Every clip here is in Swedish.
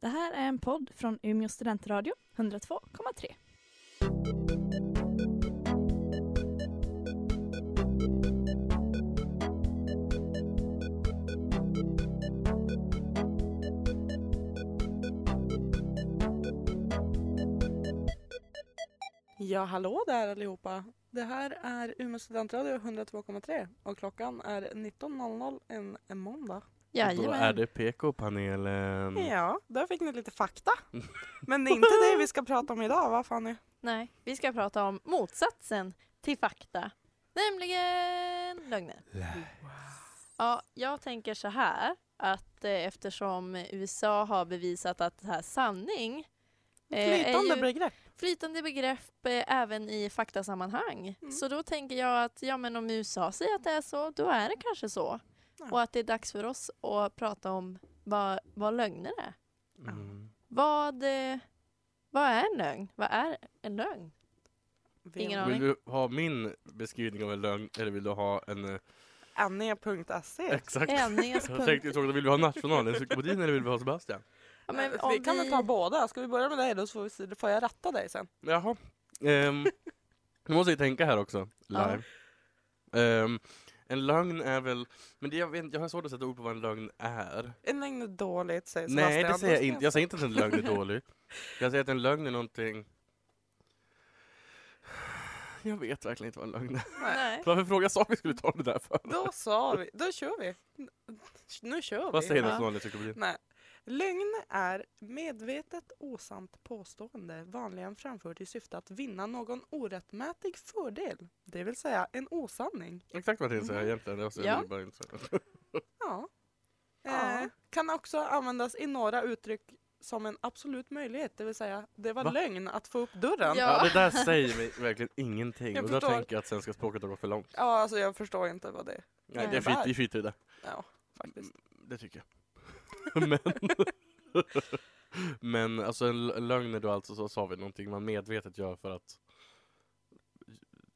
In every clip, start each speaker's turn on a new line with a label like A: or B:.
A: Det här är en podd från Umeå studentradio, 102,3.
B: Ja, hallå där allihopa! Det här är Umeå studentradio 102,3 och klockan är 19.00 en, en måndag.
C: Då
D: Jajamän.
C: är det PK-panelen.
B: Ja, där fick ni lite fakta. Men det är inte det vi ska prata om idag, va Fanny?
D: Nej, vi ska prata om motsatsen till fakta, nämligen lögner. Ja, jag tänker så här att eh, eftersom USA har bevisat att det här sanning eh, är
B: Flytande
D: ju-
B: begrepp.
D: flytande begrepp eh, även i faktasammanhang.
B: Mm.
D: Så då tänker jag att ja, men om USA säger att det är så, då är det kanske så.
B: Ja.
D: Och att det är dags för oss att prata om vad, vad lögner är.
C: Mm.
D: Vad, eh, vad är en lögn? Vad är en lögn? Ingen aning.
C: Vill du ha min beskrivning av en lögn eller vill du ha en... eh,
B: E Anne.se.
C: Exakt.
D: Ennes
C: Jag tänkte fråga, vill vi ha nationalencyklopedin eller vill vi ha Sebastian?
D: Ja, men
B: Eh,
D: om
B: vi kan väl ta båda? Ska vi börja med dig då så får, vi se, då får jag rätta dig sen.
C: Jaha. Um, nu måste jag tänka här också, live. Ehm, en lögn är väl... Men det, jag, vet, inte, jag har svårt att sätta ord på vad en lögn är.
B: En lögn är dåligt säger
C: Nej,
B: Sebastian.
C: det säger jag
B: Då
C: inte. Jag säger inte att en lögn är dålig. Jag säger att en lögn är någonting... Jag vet verkligen inte vad en lögn är.
D: Nej.
C: Varför fråga sa vi skulle ta det där för?
B: Då sa vi, då kör vi. Nu kör vi.
C: Vad säger
D: Ja.
C: nationalencyklopedin?
B: Nej. Lögn är medvetet osant påstående, vanligen framfört i syfte att vinna någon orättmätig fördel, det vill säga en osanning.
C: Exakt vad det säger egentligen. Jag säger
D: Ja.
C: det bara inte så.
B: Ja.
D: Ja.
B: Eh, kan också användas i några uttryck som en absolut möjlighet, det vill säga det var
C: Va?
B: lögn att få upp dörren. Ja.
D: Ja.
C: Ja, det där säger mig verkligen ingenting.
B: Jag
C: Och där
B: förstår.
C: tänker jag att svenska språket har gått för långt.
B: alltså jag förstår inte vad det
C: Nej,
D: Nej.
C: det är skit, vi skiter i det.
B: Ja, faktiskt.
C: Det tycker jag. Men, men alltså en l- lögn är då alltså, så sa vi, någonting man medvetet gör för att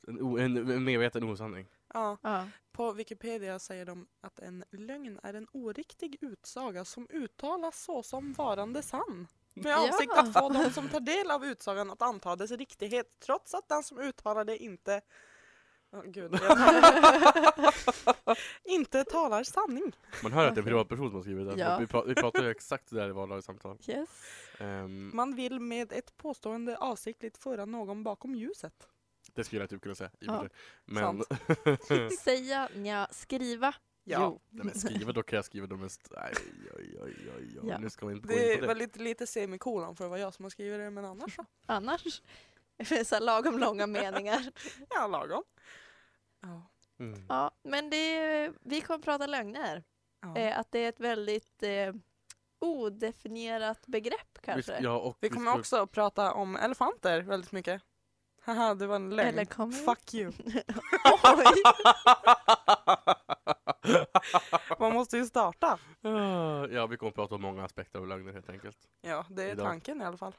C: en, o- en, en medveten osanning.
B: Ja.
D: Ja.
B: På Wikipedia säger de att en lögn är en oriktig utsaga som uttalas såsom varande sann. Med
D: Ja.
B: avsikt att få de som tar del av utsagan att anta dess riktighet trots att den som uttalar det inte Åh, Gud, jag talar- inte talar sanning.
C: Man hör att det är en privatperson som har skrivit det. här.
D: Ja.
C: Vi, pra- vi pratar ju exakt det där i vardagens samtal.
D: Yes.
C: Ehm,
B: Man vill med ett påstående avsiktligt föra någon bakom ljuset.
C: det skulle jag typ kunna säga. i och
D: Ja,
C: för sig. Men,
D: Säga, nja, skriva. Jo.
C: Nej, men skriva då kan jag skriva dem en... st- Nej, oj, oj, oj, oj.
D: Ja.
C: Nu ska vi inte gå
B: Det
C: in på
B: är
C: det.
B: väldigt lite semikolon för det var jag som har skrivit det men annars så.
D: Annars, så här lagom långa meningar.
B: Ja, lagom. Ja.
C: Mm.
D: Ja, men det, är- vi kommer prata lögner.
B: Ja.
D: Eh, att det är ett väldigt eh, odefinierat begrepp
C: Vi,
D: kanske.
C: sk- ja, och
B: Vi kommer
C: ska-
B: också prata om elefanter väldigt mycket. Haha, det var en lögn.
D: Eller kommer vi-
B: Fuck you.
D: Oj!
B: Man måste ju starta.
C: Ja, vi kommer prata om många aspekter av lögner helt enkelt.
B: Ja, det är
C: Idag.
B: tanken i alla fall.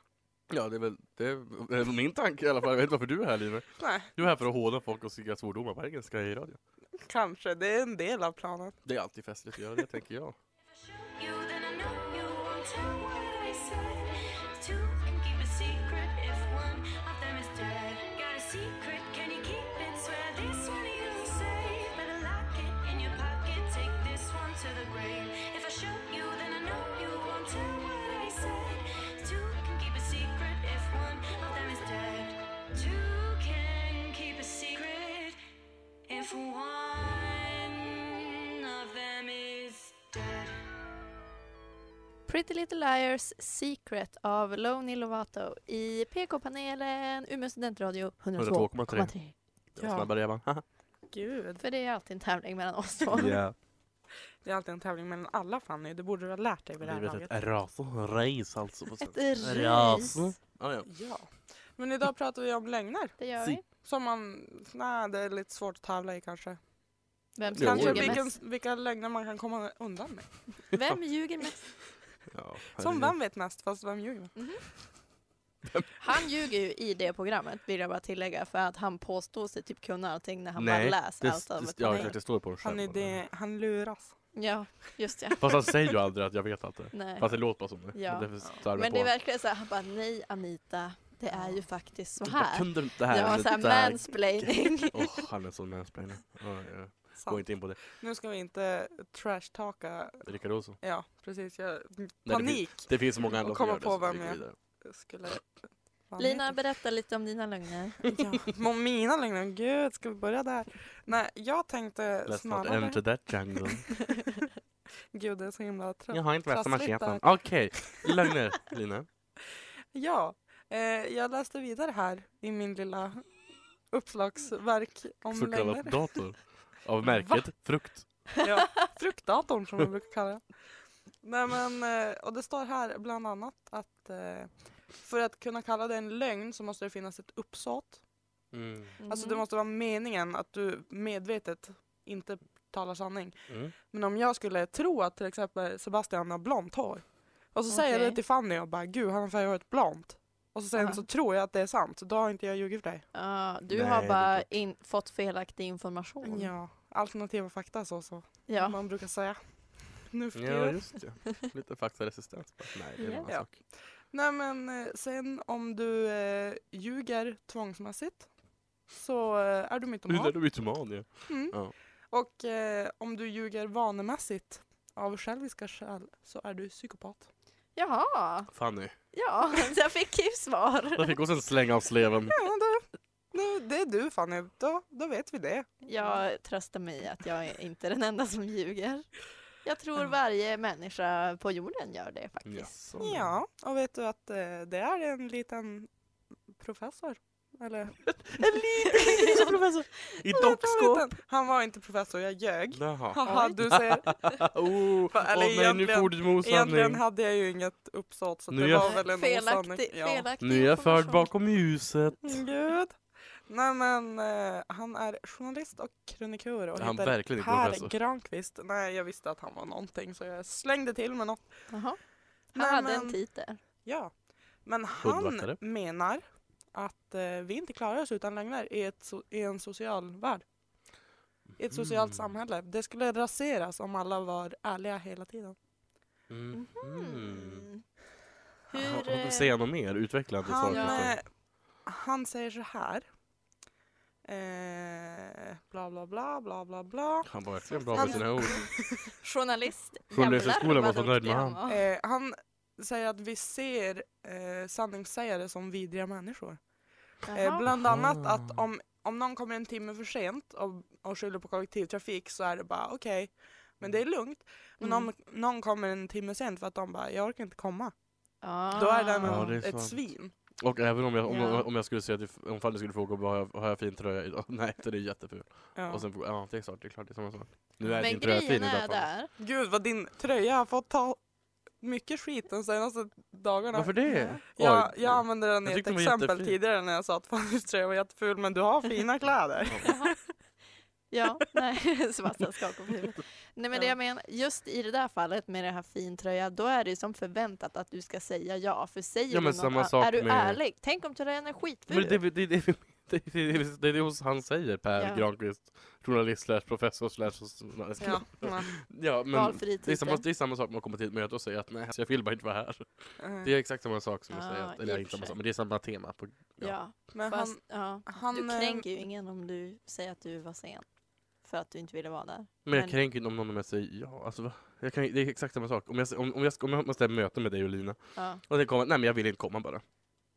C: Ja, det är väl det är, väl min tanke i alla fall. Jag vet inte varför du är här, Line.
B: Nej,
C: Du är här för att håna folk och skrika svordomar på engelska i radio.
B: kanske. Det är en del av planen.
C: Det är alltid festligt att göra det, tänker jag.
E: you, then I know you won't tell what I said. Two can keep a secret if one of them is dead. Got a secret, can you keep it? Swear this one you'll save. Better lock it in your pocket, take this one to the grave. If I show you, then I know you won't tell what I said. Two can keep a secret if one of them is dead. Two can keep a secret if one of them is dead.
D: Pretty Little Liars Secret av Loni Lovato i PK-panelen Umeå studentradio 102,3.
C: Det var snabbare Eva. Haha.
B: Gud.
D: För det är alltid en tävling mellan oss två.
B: Det är alltid en tävling mellan alla Fanny. Det borde du ha lärt dig vid det här
C: Livet är
B: laget.
C: ett ras och race alltså. På svenska.
D: Ett
C: Ras.
D: ris.
C: Ja, ja.
B: Ja. Men idag pratar vi om lögner.
D: Det gör
C: Si.
D: vi.
B: Som man... Nej, det är lite svårt att tävla i kanske.
D: Vem
C: Jo,
D: som
B: Kanske
C: jo.
D: ljuger
B: vilken,
D: mest?
B: vilka lögner man kan komma undan med.
D: Vem ljuger mest? Mhm.
C: ja
B: Som
C: herregud.
B: vem vet mest, fast vem ljuger mest?
D: Han ljuger ju i det programmet vill jag bara tillägga för att han påstod sig typ kunna allting när han
C: Nej,
D: bara läste
C: det,
D: allt av
C: det,
D: ett
C: ja,
D: panel.
C: exakt, det står på den
B: Han, är
C: själv.
B: det, han luras.
D: Ja, just ja.
C: Fast han säger ju aldrig att jag vet allt det.
D: Nej.
C: Fast det låter bara som det.
D: Ja.
C: Men det är så här
D: Men
C: på.
D: det är verkligen så här, han bara nej Anita, det är ju faktiskt så
C: Du bara,
D: här.
C: Kunde du inte det
D: Det
C: här?
D: var
C: Typ
D: så här
C: Där-
D: mansplaining.
C: Åh, han är sån mansplainer. Ja, ja. Gå
B: Sant.
C: inte in på det.
B: Nu ska vi inte trash-talka.
C: Rickard Olsson.
B: Ja, precis. Jag,
C: det
B: panik
C: Det finns så många andra
B: Och
C: som
B: komma
C: gör det.
B: på
C: så vi
B: vem
C: går
B: jag-
C: vidare.
B: skulle... Vad
D: Lina,
B: heter
D: berätta lite om dina lögner.
B: det? Ja, mina lögner. Gud, ska vi börja där? Nej, jag tänkte
C: Let's not
B: snarare...
C: enter that jungle.
B: Gud, det är så himla trött.
C: Jag har inte läst
B: trassligt
C: macheten. Okej, lögner. Lina.
B: Ja, eh, jag läste vidare här i min lilla uppslagsverk om
C: Så kallad
B: lögner.
C: dator. Av märket Frukt.
B: Ja, fruktdatorn som vi brukar kalla den. Nej, men, eh, och det står här bland annat att eh, för att kunna kalla det en lögn så måste det finnas ett uppsåt.
C: Mm.
B: Alltså det måste vara meningen att du medvetet inte talar sanning.
C: Mm.
B: Men om jag skulle tro att till exempel Sebastian har blont hår och så säger jag
D: Okej.
B: det till Fanny och bara gud han har färgat håret blont. Och så sen
D: Aha.
B: så tror jag att det är sant, så då har inte jag ljugit för dig.
D: Ja, du
C: Nej, det
D: har
C: är
D: bara
C: klart.
D: in, fått felaktig information.
B: Ja, alternativa fakta så så.
D: Ja.
B: Man brukar säga. Nu för
C: Ja,
B: tiden.
C: just det. Lite faktaresistens. Nej, det är en annan
B: Ja.
C: sak.
B: Nej men eh, sen om du eh, ljuger tvångsmässigt så eh, är du
C: Nu är
B: mytoman.
C: du mytoman ju.
B: Mm.
C: Ja.
B: Och eh, om du ljuger vanemässigt av själviska skäl så är du psykopat.
D: Jaha,
C: Fanny.
D: ja, så jag fick ju svar.
C: Där fick hon en släng av sleven.
B: Ja, det, nu, det är du Fanny, då, då vet vi det. Mm.
D: Jag tröstar mig i att jag är inte den enda som ljuger. Jag tror varje människa på jorden gör det faktiskt.
C: Jaså.
B: Ja, och vet du att eh, det är en liten professor? Eller?
C: I
B: Han var
C: dockskåp.
B: liten. Han var inte professor, jag ljög.
C: Jaha.
B: Haha, du säger
C: Oh,
B: Eller
C: åh nej, nu
B: egentligen-
C: får du
B: Egentligen
C: osanning.
B: hade jag ju inget uppsåt så
C: Nu är
B: det
C: jag-
B: var väl en osanning.
D: Felaktig,
B: Ja.
D: felaktig
C: Nu är jag förd
D: information.
C: bakom ljuset.
B: Gud. Nej men eh, han är journalist och krönikör och
C: Är han
B: heter
C: verkligen inte
B: Per
C: professor?
B: Granqvist. Nej jag visste att han var någonting så jag slängde till med något.
D: Jaha. Han
B: Nej,
D: hade
B: men-
D: en titel.
B: Ja. Men han
C: Hundvaktare.
B: menar att eh, vi inte klarar oss utan lögner i, ett so- i en social värld. I ett socialt
C: Mm.
B: samhälle. Det skulle raseras om alla var ärliga hela tiden.
C: Mm. Mm.
D: Mm.
C: Har-
D: Hur...
C: har du
D: eh,
C: Säga något mer, utveckla inte
B: Han,
C: svaret.
D: kanske.
B: eh,
C: lite.
B: han säger så här. Eh, bla bla bla bla bla bla.
C: Han var verkligen bra
B: Han-
C: med sina ord.
D: Journalist. Jävlar,
C: Journalisthögskolan var
D: vad
C: så nöjd
D: duktig
C: med
D: han var.
B: Eh, han säger att vi ser eh, sanningssägare som vidriga människor. Eh,
D: Jaha.
B: bland annat
C: Ah.
B: att om, om någon kommer en timme för sent och, och skyller på kollektivtrafik så är det bara okej, men det är lugnt. Men
D: Mm.
B: om någon kommer en timme sent för att de bara jag orkar inte komma,
D: Ah.
B: då är den
C: Ja, det är
B: ett
C: sant.
B: svin.
C: Och även om jag, om,
D: Ja.
C: om jag skulle säga att om Fanny skulle fråga vad har jag, har jag fin tröja idag? Nej, den är jätteful.
B: Ja.
C: Och sen, får- ja det är klart, det är klart, det är samma sak. Nu är
D: Men
C: din tröja fin
D: grejen
C: idag
D: är
C: Fanny.
D: där.
B: Gud vad din tröja har fått ta mycket skit de senaste dagarna.
C: Varför det?
D: Nej.
B: Jag,
C: Oj. Mm.
B: jag använde den i
C: Jag
B: ett
C: tyckte den var
B: exempel
C: jättefin.
B: tidigare när jag sa att Fannys tröja var jätteful men du har fina kläder.
D: Jaha. Ja, nej, Sebastian skakar på huvudet. Nej men det jag menar, just i det där fallet med det här fintröja, då är det ju som förväntat att du ska säga ja. För säger
C: Ja, men
D: du
C: samma
D: något, ah,
C: sak
D: är du
C: med-
D: ärlig? Tänk om tröjan är skitful?
C: Men det, det, det, det, det, det, det, det är det han säger, Per
D: Ja.
C: Granqvist. Journalist slash professor slash...
B: Ja, ja.
C: ja, men
D: Valfri
C: det är,
D: titel.
C: samma, det är samma sak med att komma till ett möte och säga att nej, så jag vill bara inte vara här.
B: Eh,
C: Det är exakt samma sak som att
D: Ja,
C: säga
D: i
C: att,
D: och
C: eller
D: för
C: inte samma
D: sig.
C: sak, men det är samma tema. På,
D: Ja, ehm,
B: men han,
D: fast, ja.
B: han,
D: Du
B: eh,
D: kränker ju ingen om du säger att du var sen. För att du inte ville vara där.
C: Men jag
D: Men-
C: kränker inte om någon av mig säger ja. Alltså, va? jag kan, det är exakt samma sak. Om jag, om, om jag, ska- om jag måste ha ett möte med dig och Lina
D: Ja.
C: och sen kommer nej men jag vill inte komma bara.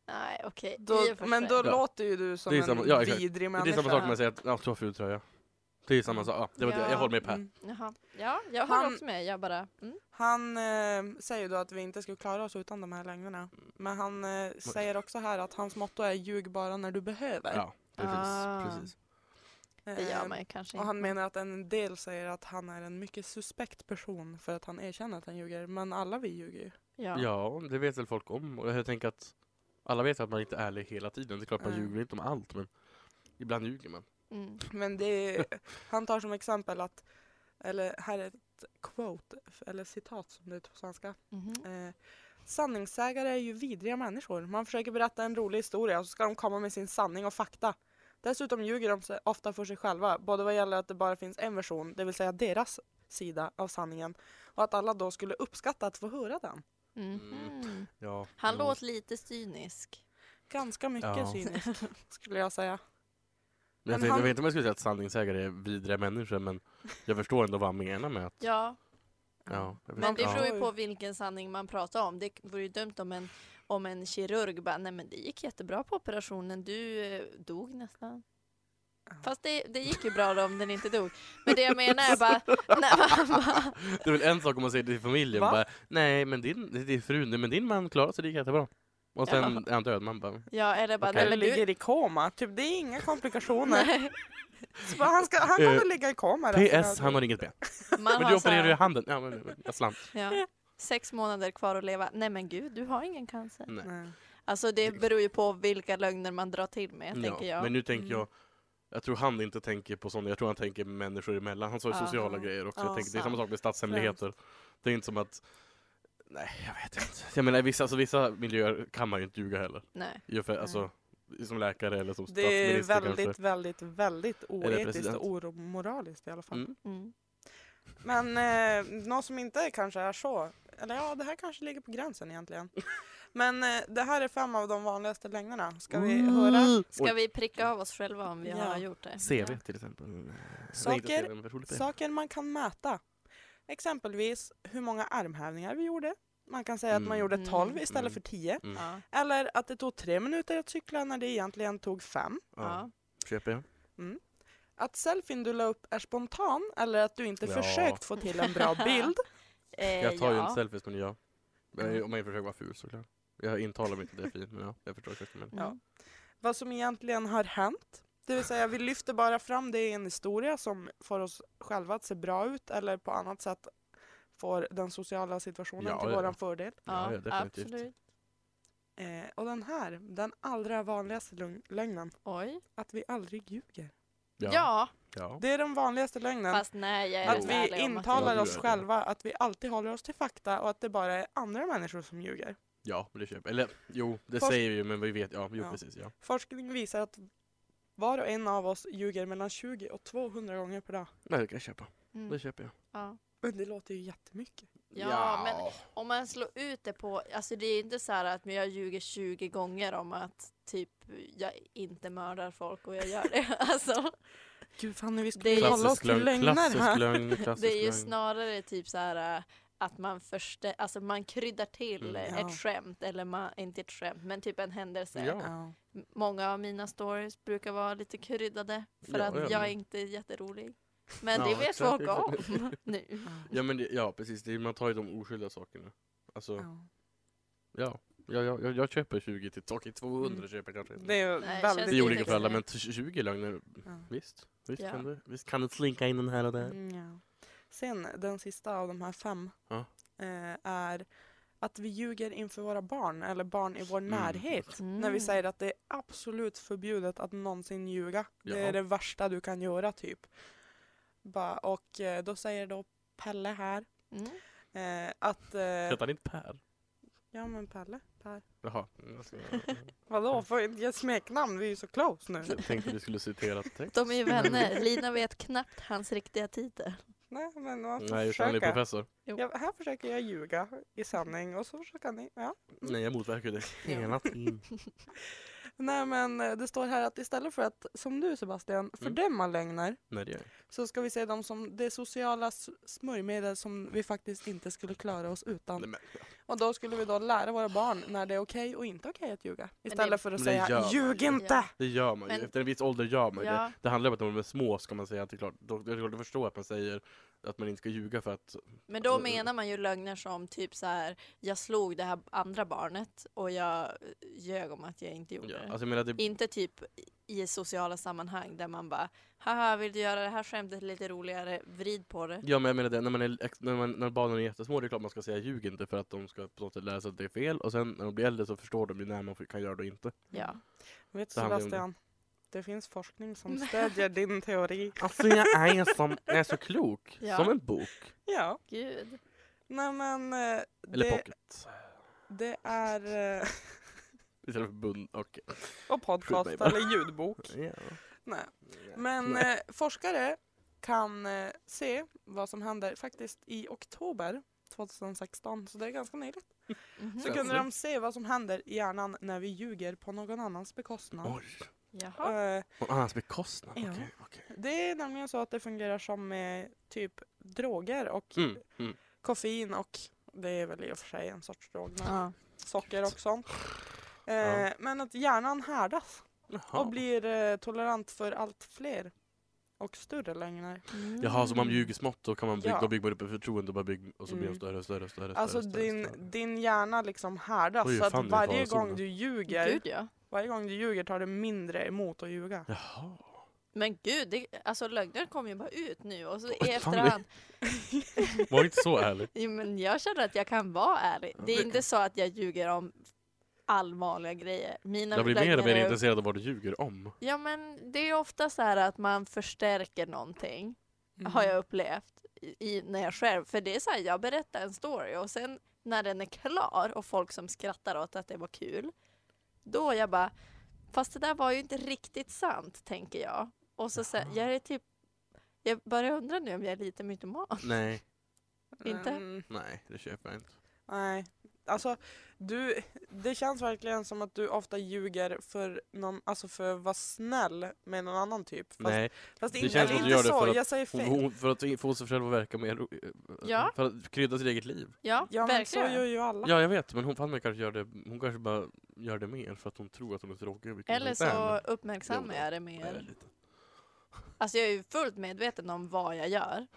D: Nej, okej.
B: Då,
D: i och för
B: men
D: sig.
B: då
C: Ja.
B: låter ju du som
C: Det är
B: en
C: samma- ja, exakt.
B: vidrig
C: det
B: människa.
C: är samma sak med att säga att ja, du har ful tröja. Det är samma
B: Mm.
C: sak. Ja, det var det.
D: Ja.
C: Jag håller med Per.
B: Mm.
D: Jaha. Ja, jag håller
B: Han-
D: också med. Jag bara... Mm.
B: Han eh, säger då att vi inte skulle klara oss utan de här lögnerna. Men han eh,
C: Mm.
B: säger också här att hans motto är ljug bara när du behöver.
C: Ja, precis.
D: Ah.
C: precis.
D: Det gör
C: ehm,
B: Eh,
D: man ju kanske
B: Och
D: inte.
B: han menar att en del säger att han är en mycket suspekt person för att han erkänner att han ljuger. Men alla vi ljuger ju.
D: Ja.
C: Ja. det vet väl folk om. Och jag tänker att alla vet att man inte är ärlig hela tiden. Det är klart man
B: Mm.
C: ljuger inte om allt, men ibland ljuger man.
D: Mm.
B: Men det är, han tar som exempel att, eller här är ett quote, eller citat som det heter på svenska.
D: Mhm.
B: Eh, sanningssägare är ju vidriga människor. Man försöker berätta en rolig historia och så ska de komma med sin sanning och fakta. Dessutom ljuger de sig ofta för sig själva, både vad gäller att det bara finns en version, det vill säga deras sida av sanningen, och att alla då skulle uppskatta att få höra den.
D: Mhm.
C: Ja,
D: Han
C: jo.
D: låter lite cynisk.
B: Ganska mycket
C: Ja.
B: cyniskt, skulle jag säga.
C: Men jag,
B: men
C: tänkte,
B: han-
C: jag vet inte om jag skulle säga att sanningsägare är vidriga människor, men jag förstår ändå vad han menar med att...
D: Ja,
C: Ja, jag
D: Men det
C: förstår.
D: beror
B: Ja.
D: ju på vilken sanning man pratar om. Det vore ju dumt om en, om en kirurg bara, nej men det gick jättebra på operationen, du eh, dog nästan. Fast det, det gick ju bra då om den inte dog. Men det jag menar är bara, när man bara
C: Det är väl en sak om man säger till familjen
B: Va?
C: bara, nej men din, det är din fru, nej men din man klarade sig, det gick jättebra. Och sen är han död, man bara,
D: ja, eller bara,
C: Okej.
D: nej men du,
B: ligger i koma, typ det är inga komplikationer.
D: nej,
B: Så Han, ska, han
C: Eh,
B: kommer ligga i koma resten av
C: PS, han har inget ben.
D: man
C: Men du
D: har så
C: opererar ju
D: här,
C: handen. Ja, men, men, jag slant.
D: ja, sex månader kvar att leva, nej men gud, du har ingen cancer.
C: Nej.
B: Nej.
D: Alltså det beror ju på vilka lögner man drar till med, tänker
C: Ja,
D: jag.
C: Men nu tänker
B: Mm.
C: jag, jag tror han inte tänker på sådana, jag tror han tänker människor emellan. Han sa ju
D: Aha.
C: sociala grejer också. Jag
B: Ja,
C: tänker, det är samma
B: sant.
C: sak med statshemligheter. Det är inte som att, nej jag vet inte. Jag menar vissa, alltså, vissa miljöer kan man ju inte ljuga heller.
D: Nej.
C: I och för, alltså, som läkare eller som
B: Det är
C: statsminister
B: väldigt,
C: kanske.
B: väldigt, väldigt oetiskt
C: president?
B: och oromoraliskt i alla fall.
C: Mm.
D: Mm.
B: Men eh, något som inte kanske är så, eller ja, det här kanske ligger på gränsen egentligen. Men eh, det här är fem av de vanligaste lögnerna. Ska vi
C: Mm.
B: höra?
D: Ska vi pricka av oss själva om vi
B: Ja.
D: har gjort det?
C: CV till exempel. Nej, inte
B: Saker-
C: CV, men roligt det är.
B: Saker man kan mäta. Exempelvis hur många armhävningar vi gjorde. Man kan säga att man
C: Mm.
B: gjorde
D: Mm.
B: 12 istället
C: Mm.
B: för 10.
C: Mm.
D: Ja.
B: Eller att det tog tre minuter att cykla när det egentligen tog fem.
C: Ja,
D: ja.
C: köper jag.
B: Att selfien du la upp är spontan eller att du inte
C: Ja.
B: försökt få till en bra bild.
D: Eh,
C: Jag tar ju
D: ja.
C: inte selfies men ja. Jag,
B: Mm.
C: är- om jag försöker vara ful såklart. Jag intalar mig inte att jag är fin men ja, jag förstår exakt vad du menar.
B: Ja.
D: Mm.
B: vad som egentligen har hänt. Det vill säga vi lyfter bara fram det i en historia som får oss själva att se bra ut eller på annat sätt får den sociala situationen
C: Ja,
B: till
C: ja.
B: våran fördel.
C: Ja, ja, definitivt.
D: absolut.
B: Eh, och den här, den allra vanligaste lugn- lögnen,
D: Oj.
B: att vi aldrig ljuger.
D: Ja,
C: ja.
B: Det är den vanligaste lögnen.
D: fast nej, jag är
B: att
D: ärlig
B: vi
D: om att-
B: intalar
C: Ja,
B: oss
C: du är det.
B: själva att vi alltid håller oss till fakta och att det bara är andra människor som ljuger.
C: Ja, men det köper Eller jo, det
B: Fast-
C: säger vi ju men vi vet. Ja, jo
B: Ja.
C: precis. Ja.
B: Forskning visar att var och en av oss ljuger mellan 20 och 200 gånger per dag.
C: Nej, det kan jag köpa.
D: Mm.
C: Det köper jag.
D: Ja.
B: Men det låter ju jättemycket.
D: Ja, men- Om man slår ut det på, alltså det är inte så här att men jag ljuger 20 gånger om att typ jag inte mördar folk och jag gör det. Alltså,
B: Gud Fanny, vi
D: Det är
B: skulle
D: ju-
B: hålla oss
C: Klassisk
B: till
C: lögn,
B: lögner
C: klassisk
B: här.
C: lögn, klassisk
D: det är ju
C: lögn.
D: snarare typ så här äh, att man förste, alltså man kryddar till
C: Mm.
D: eh,
B: Ja.
D: ett skämt, eller man, inte ett skämt, men typ en händelse.
C: Ja.
B: Ja.
D: M- Många av mina stories brukar vara lite kryddade för
C: Ja,
D: att
C: ja,
D: jag
C: men-
D: är inte är jätterolig. Men
C: Ja,
D: det vet
C: exakt,
D: folk om
C: exakt.
D: nu.
C: Ja men det, ja precis, det, är- man tar ju de oskyldiga sakerna. Alltså, ja.
B: Ja.
C: ja. Jag, jag, jag köper 20 till taket, 200
B: Mm.
C: köper jag kanske inte.
B: Det är ju
D: Nej,
B: väldigt...
D: känns
C: Det är olika
D: lite
C: för alla men
D: extremt.
C: 20 lögner,
B: Ja.
C: visst. Visst,
D: Ja.
C: kan det, visst kan det slinka in en här och där.
B: Mm, ja. Sen den sista av de här fem
C: Ja.
B: eh, är att vi ljuger inför våra barn eller barn i vår
C: Mm.
B: närhet. När vi säger att det är absolut förbjudet att någonsin ljuga. Det
C: Ja.
B: är det värsta du kan göra typ. Bara, och eh, då säger då Pelle här
D: Mm.
B: eh, att... Eh,
C: Hette han inte Per?
B: ja men Pelle, Per.
C: Jaha. Jag ska- jag
B: Vadå, får jag inte ge smeknamn? Vi är ju så close nu.
C: tänkte du skulle citera text.
D: De är ju vänner. Lina vet knappt hans riktiga titel.
B: Nej men man får
C: Nej, just det, han är
B: försöka.
C: professor.
B: Ja, här försöker jag ljuga i sanning och så försöker ni. Ja.
C: Nej, jag motverkar ju det hela tiden.
B: Nej men eh, det står här att istället för att, som du
C: Mm.
B: Sebastian, fördöma lögner
C: Nej, det gör jag.
B: så ska vi se dem som det sociala s- smörjmedel som vi faktiskt inte skulle klara oss utan.
C: Nej, men,
B: Och då skulle vi då lära våra barn när det är okej och inte okej att ljuga. Istället för att
C: Men det gör
B: säga
C: man
B: ljug
D: ju.
B: inte!
C: det gör man ju.
D: Men-
C: Efter en viss ålder gör man ju
D: Ja.
C: det. Det handlar om att de är små, ska man säga. Att det är klart, då, det är klart, du förstår att man säger att man inte ska ljuga för att...
D: Men då
C: Mm.
D: menar man ju lögner som typ så här, jag slog det här andra barnet och jag eh, ljög om att jag inte gjorde
C: Ja,
D: det.
C: alltså, jag menar, det,
D: Inte typ i sociala sammanhang där man bara, haha vill du göra det här skämtet lite roligare, vrid på det.
C: ja, men jag menar det. När, man är, ex- när, man, när barnen är jättesmå, det är klart man ska säga ljug inte för att de ska på något sätt lära sig att det är fel. Och sen när de blir äldre så förstår de ju när man får- kan göra det och inte.
D: Ja.
B: Vet du
C: Det handlar ju om
B: Sebastian, det finns forskning som stödjer din teori.
C: Alltså jag är, som, jag är så klok.
D: Ja.
C: Som en bok.
B: Ja,
D: Gud.
B: nej men eh,
C: Eller
B: det,
C: pocket.
B: det är... eh,
C: Istället för bund och...
B: Och podcast
C: mig bara.
B: eller ljudbok.
C: Ja.
B: Nej. Men eh, forskare kan eh, se vad som händer faktiskt i oktober 2016, så det är ganska nyligt.
D: Mhm.
B: Så kunde de se vad som händer i hjärnan när vi ljuger på någon annans bekostnad.
C: Oj,
D: Jaha.
B: Eh,
C: på hans bekostnad?
B: Ja.
C: Okej, okej.
B: Det är nämligen så att det fungerar som eh, typ droger och
C: Mm, mm.
B: koffein och det är väl i och för sig en sorts drog men
D: Ja.
B: socker och sånt. Eh,
C: Ja.
B: Men att hjärnan härdas och
C: Jaha.
B: blir eh, tolerant för allt fler och större lögner.
D: Mm.
C: Jaha, så man ljuger smått så kan man bygga,
B: Ja.
C: då bygger man upp ett förtroende och, bara bygger, och så blir
B: Mm.
C: de större och större och större.
B: Alltså
C: större, större,
B: din,
C: större.
B: din hjärna liksom härdas
C: Oj,
B: så
C: fan,
B: att
C: det är
B: varje
C: farozonen.
B: gång du ljuger,
D: Gud ja.
B: varje gång du ljuger tar du mindre emot att ljuga.
C: Jaha.
D: Men gud, det, alltså lögner kommer ju bara ut nu och så i
C: fan, det-
D: efterhand.
C: Var inte så ärlig.
D: Jo, men jag känner att jag kan vara ärlig. Det är inte så att jag ljuger om allvarliga grejer. Mina
C: Jag blir mer och
D: lögner
C: mer
D: är-
C: intresserad av vad du ljuger om.
D: Ja men det är ofta så här att man förstärker någonting, Mm. har jag upplevt, i, i, när jag själv, för det är så här, jag berättar en story och sen när den är klar och folk som skrattar åt att det var kul, då jag bara, fast det där var ju inte riktigt sant, tänker jag. Och så, så här, jag är typ, jag börjar undra nu om jag är lite mytoman.
C: Nej,
D: inte.
B: Mm,
C: nej, det köper jag inte.
B: nej. Alltså, du, det känns verkligen som att du ofta ljuger för, någon, alltså för att vara snäll med någon annan typ. Fast,
C: nej,
B: fast
C: det
B: inte,
C: känns
B: eller
C: som att
B: inte
C: du gör det
B: så,
C: för att Oh,
B: jag säger
C: hon,
B: fel.
C: hon, för att få sig själv att verka mer... ro-
D: Ja.
C: För att krydda sitt eget liv.
D: Ja,
B: Ja men så
D: verkligen.
B: gör ju alla.
C: Ja, jag vet, men hon fan kanske gör det, hon kanske bara gör det mer för att hon tror att hon är tråkig. vilket hon
D: Eller
C: inte är,
D: så
C: men-
D: uppmärksammar
C: Jo,
D: jag det
C: Nej,
D: mer.
C: lite.
D: Alltså jag är ju fullt medveten om vad jag gör.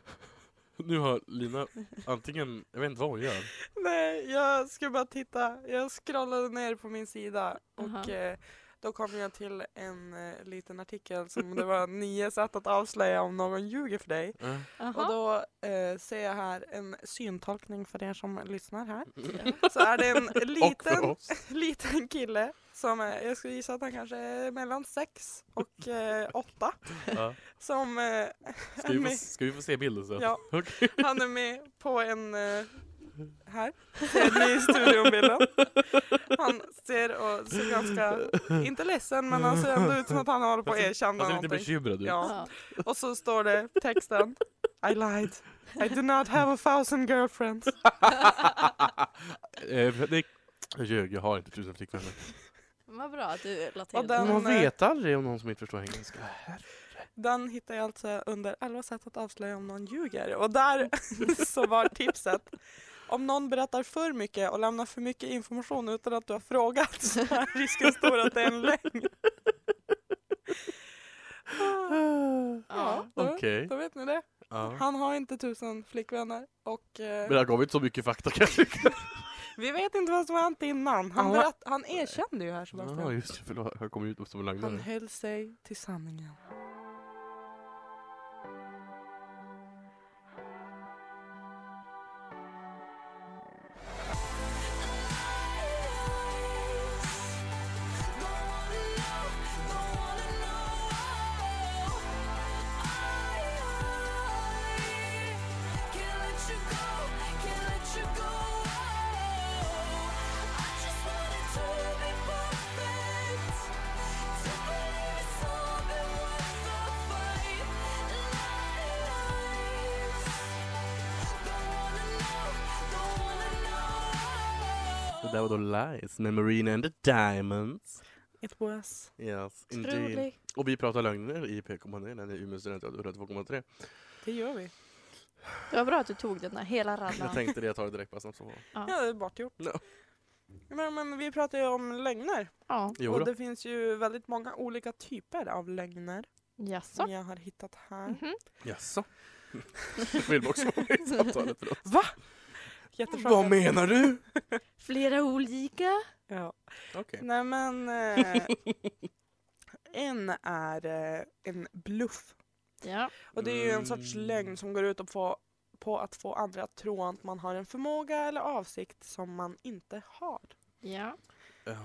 C: Nu har Lina antingen, jag vet inte vad hon gör.
B: Nej, jag skulle bara titta. Jag scrollade ner på min sida och
D: Aha.
B: eh, då kom jag till en eh, liten artikel som det var nio sätt att avslöja om någon ljuger för dig.
C: Äh.
B: Och
D: Aha.
B: då eh, ser jag här en syntolkning för er som lyssnar här.
D: Ja.
B: Så är det en
C: Och för
B: liten,
C: oss.
B: liten kille som är, jag skulle gissa att han kanske är mellan sex och eh, åtta.
C: Ja.
B: Som eh,
C: Ska, vi få, ska vi få se bilden sen?
B: Ja.
C: Okej.
B: Han är med på en... eh, här. Ser ni i studionbilden? Han ser och ser ganska, inte ledsen men han ser ändå ut som att han håller på att erkänna
C: Han ser Alltså, lite
B: någonting.
C: bekymrad ut.
B: Ja.
D: Ja.
B: Och så står det texten I lied. I do not have a thousand girlfrieds.
C: Eh, Fredrik, jag ljög, jag har inte tusen flickvänner.
D: Vad bra att du la
B: Och
D: till
B: den-
D: det.
C: Man vet aldrig om någon som inte förstår engelska.
B: Den hittar jag alltså under 11 sätt att avslöja om någon ljuger. Och där så var tipset. Om någon berättar för mycket och lämnar för mycket information utan att du har frågat så är risken stor att det är en lögn. Ja, då,
C: Okej.
B: då vet ni det.
C: Ja.
B: Han har inte tusen flickvänner och eh,
C: Ah. Men det här gav inte så mycket fakta kanske.
B: vi vet inte vad som har hänt innan. Han,
C: Alla-
B: berätt, han erkände ju här Sebastian.
C: Ja, Ah, just det. Förlåt, jag kom ut som en
B: Han
C: lögnare.
B: höll sig till sanningen.
C: Det där var då Lies med Marina and the Diamonds.
B: It was.
C: Yes, indeed.
D: Otrolig.
C: Och vi pratar lögner i PK-panelen i Umeå studentradio 102,3.
B: Det gör vi.
D: Det var bra att du tog den här hela
C: Jag
D: raddan.
C: tänkte det, jag tar det direkt bara snabbt som var.
B: Ja, det är bortgjort.
C: Ja.
B: Men, men vi pratar ju om lögner.
D: Ja.
C: Jo
B: och
C: då.
B: det finns ju väldigt många olika typer av lögner
D: Jaså?
B: som jag har hittat här.
D: Mhm.
C: Jaså? Bildboxmål i samtalet, förlåt.
B: Jättechockad.
C: Vad menar du?
D: Flera olika?
B: Ja.
C: Okej.
B: Nej men... Eh, en är eh, en bluff.
D: Ja.
B: Och det är ju en sorts
C: Mm.
B: lögn som går ut och på, på att få andra att tro att man har en förmåga eller avsikt som man inte har.
D: ja.
C: Ja.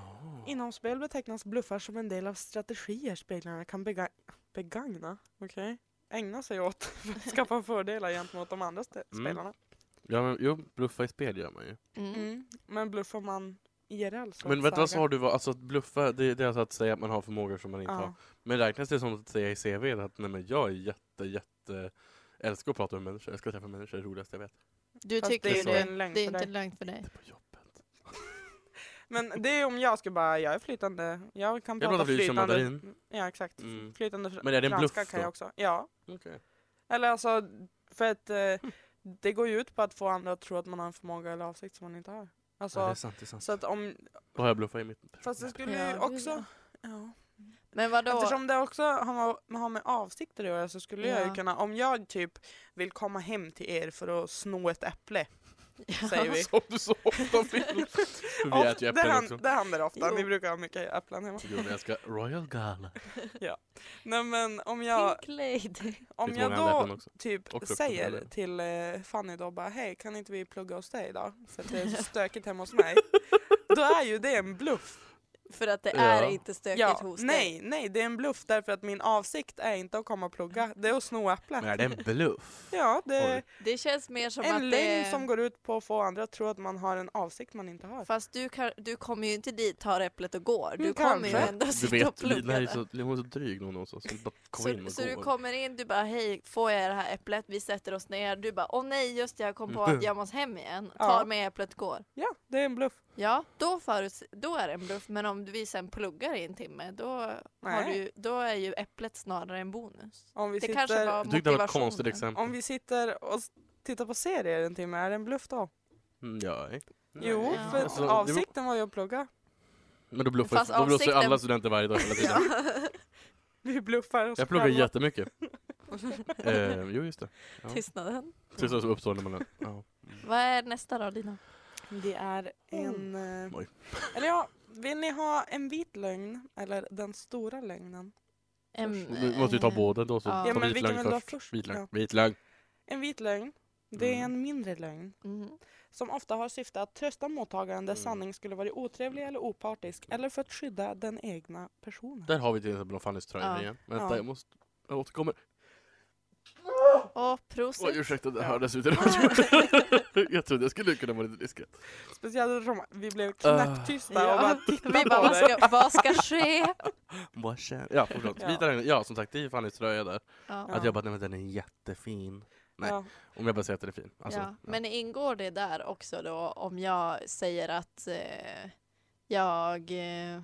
B: Inom spel betecknas bluffar som en del av strategier spelarna kan bega- begagna, okej? Ägna sig åt för att skaffa fördelar gentemot de andra ste-
C: Mm.
B: spelarna.
C: Ja, men, jo, bluffa i spel gör man ju.
D: Mm.
B: Men bluffar man IRL som
C: Men vänta, vad
B: saga.
C: sa du? var- Alltså att bluffa, det, det är alltså att säga att man har förmågor som man inte har.
B: Ja.
C: Men räknas det som att säga i CV att nej men jag är jätte, jätte älskar att prata med människor, jag ska träffa människor, det är det roligaste jag vet.
D: Du
B: Fast
D: tycker
B: det
C: är
D: ju
C: ju
D: det.
B: en lögn
D: Det är
B: för
D: inte
B: dig.
D: en lögn för dig.
C: Det är på jobbet.
B: Men det är om jag skulle bara, jag är flytande, jag kan
C: Jag
B: prata
C: pratar flytande
B: flytande.
C: mandarin.
B: Ja exakt,
C: Mm.
B: flytande fr-
C: Men är det en
B: franska
C: bluff
B: kan
C: då?
B: jag också. Ja,
C: Okej.
B: eller alltså för att eh, det går ju ut på att få andra att tro att man har en förmåga eller avsikt som man inte har. Alltså,
C: Ja, det är sant, det är sant.
B: så att om,
C: Då har jag bluffat i mitt...
B: fast det skulle
D: Ja,
B: ju
D: det-
B: också, ja.
D: Men vadå?
B: Eftersom det också har med, har med avsikter att göra så skulle jag ju
D: Ja.
B: kunna, om jag typ vill komma hem till er för att sno ett äpple, säger vi.
C: Som du så ofta vill! Vi
B: Oft-
C: äter ju liksom.
B: det,
C: äpplen också.
B: hand, det händer ofta,
D: Jo.
B: vi brukar ha mycket äpplen hemma.
C: Gud, jag älskar Royal Gala.
B: Nej men om jag,
D: Pink lady.
B: om
C: Finns
B: jag
C: många andra äpplen
B: då
C: också.
B: typ
C: Och frukter
B: säger
C: eller?
B: till eh, Fanny då bara hej kan inte vi plugga hos dig idag? För att det är så stökigt hemma hos mig. Då är ju det en bluff.
D: För att det
C: Ja.
D: är inte stökigt
B: Ja,
D: hos dig.
B: nej, nej det är en bluff därför att min avsikt är inte att komma och plugga, det är att sno äpplen.
C: Men är det en bluff?
B: Ja, det
C: Oj.
D: Det känns mer som
B: en
D: att
B: lögn
D: det...
B: som går ut på att få andra att tro att man har en avsikt man inte har.
D: Fast du, kan, du kommer ju inte dit, tar äpplet och går. Du
B: Mm,
D: kommer ju
B: kanske.
D: ändå
C: Du
D: sitta och
C: vet, Lina
D: plugga.
C: är
D: där.
C: så, hon är så dryg någon också, som bara kom in
D: Så,
C: och
D: så du
C: går.
D: kommer in, du bara hej, får jag det här äpplet? Vi sätter oss ner. Du bara, åh nej, just det, jag kom
C: Mm.
D: på att jag måste hem igen.
B: Ja.
D: Tar med äpplet, går.
B: Ja, det är en bluff.
D: Ja, då, föruts- då är det en bluff. Men om vi sen pluggar i en timme, då, har
B: Nej.
D: du, då är ju äpplet snarare en bonus.
B: Om vi,
D: Det kanske
B: sitter,
D: var
C: Du tyckte det var ett
D: motivationen.
C: konstigt exempel?
B: om vi sitter och s- tittar på serier en timme, är det en bluff då?
C: Mm, Ja, nej.
B: Jo,
C: Nej.
B: för
C: Alltså, det beror-
B: avsikten var ju att plugga.
C: Men då bluffar,
D: Fast
C: då bluffar ju alla
D: avsikten-
C: studenter varje dag hela tiden.
B: Vi bluffar oss
C: Jag pluggar
B: själva.
C: jättemycket. eh, jo, just det. Ja.
D: Tystnaden.
C: Tills det så uppstår när man... Ja.
D: Vad är nästa då, Lina?
B: Det är en... eh,
C: Mm. Oj.
B: Eller ja, vill ni ha en vit lögn eller den stora lögnen?
D: En,
C: Du måste ju ta
D: eh,
C: båda då, så
D: Ja.
C: ta
D: Ja,
B: men
C: vit
B: vi kan
C: lögn
B: väl dra
C: först.
B: först
C: Vit lögn.
B: då.
C: Vit lögn.
B: En vit lögn, det är
C: Mm.
B: en mindre lögn
D: Mm.
B: som ofta har syfte att trösta mottagaren där
C: Mm.
B: sanning skulle vara otrevlig eller opartisk eller för att skydda den egna personen.
C: Där har vi till exempel Fannys tröja
D: Ja.
C: igen. Vänta,
B: Ja.
C: jag måste... Jag återkommer.
D: Åh, prosit.
C: Oj, ursäkta, det
B: Ja.
C: hördes ut i radion. jag trodde jag skulle kunna vara lite diskret.
B: Speciellt eftersom vi blev
C: Ah.
B: knäpptysta och bara tittade
D: Vi
B: på
D: bara, vad
B: dig.
D: ska, vad ska ske?
C: Vad känner- Ja, förlåt.
B: Ja.
C: Vita lögn. Ja, som sagt, det är ju Fannys tröja där.
D: Ja.
C: Att jag bara, nej men den är jättefin. Nej.
B: Ja.
C: Om jag bara säger att den är fin. Alltså,
D: ja. Men ingår det där också då om jag säger att eh, jag... Eh,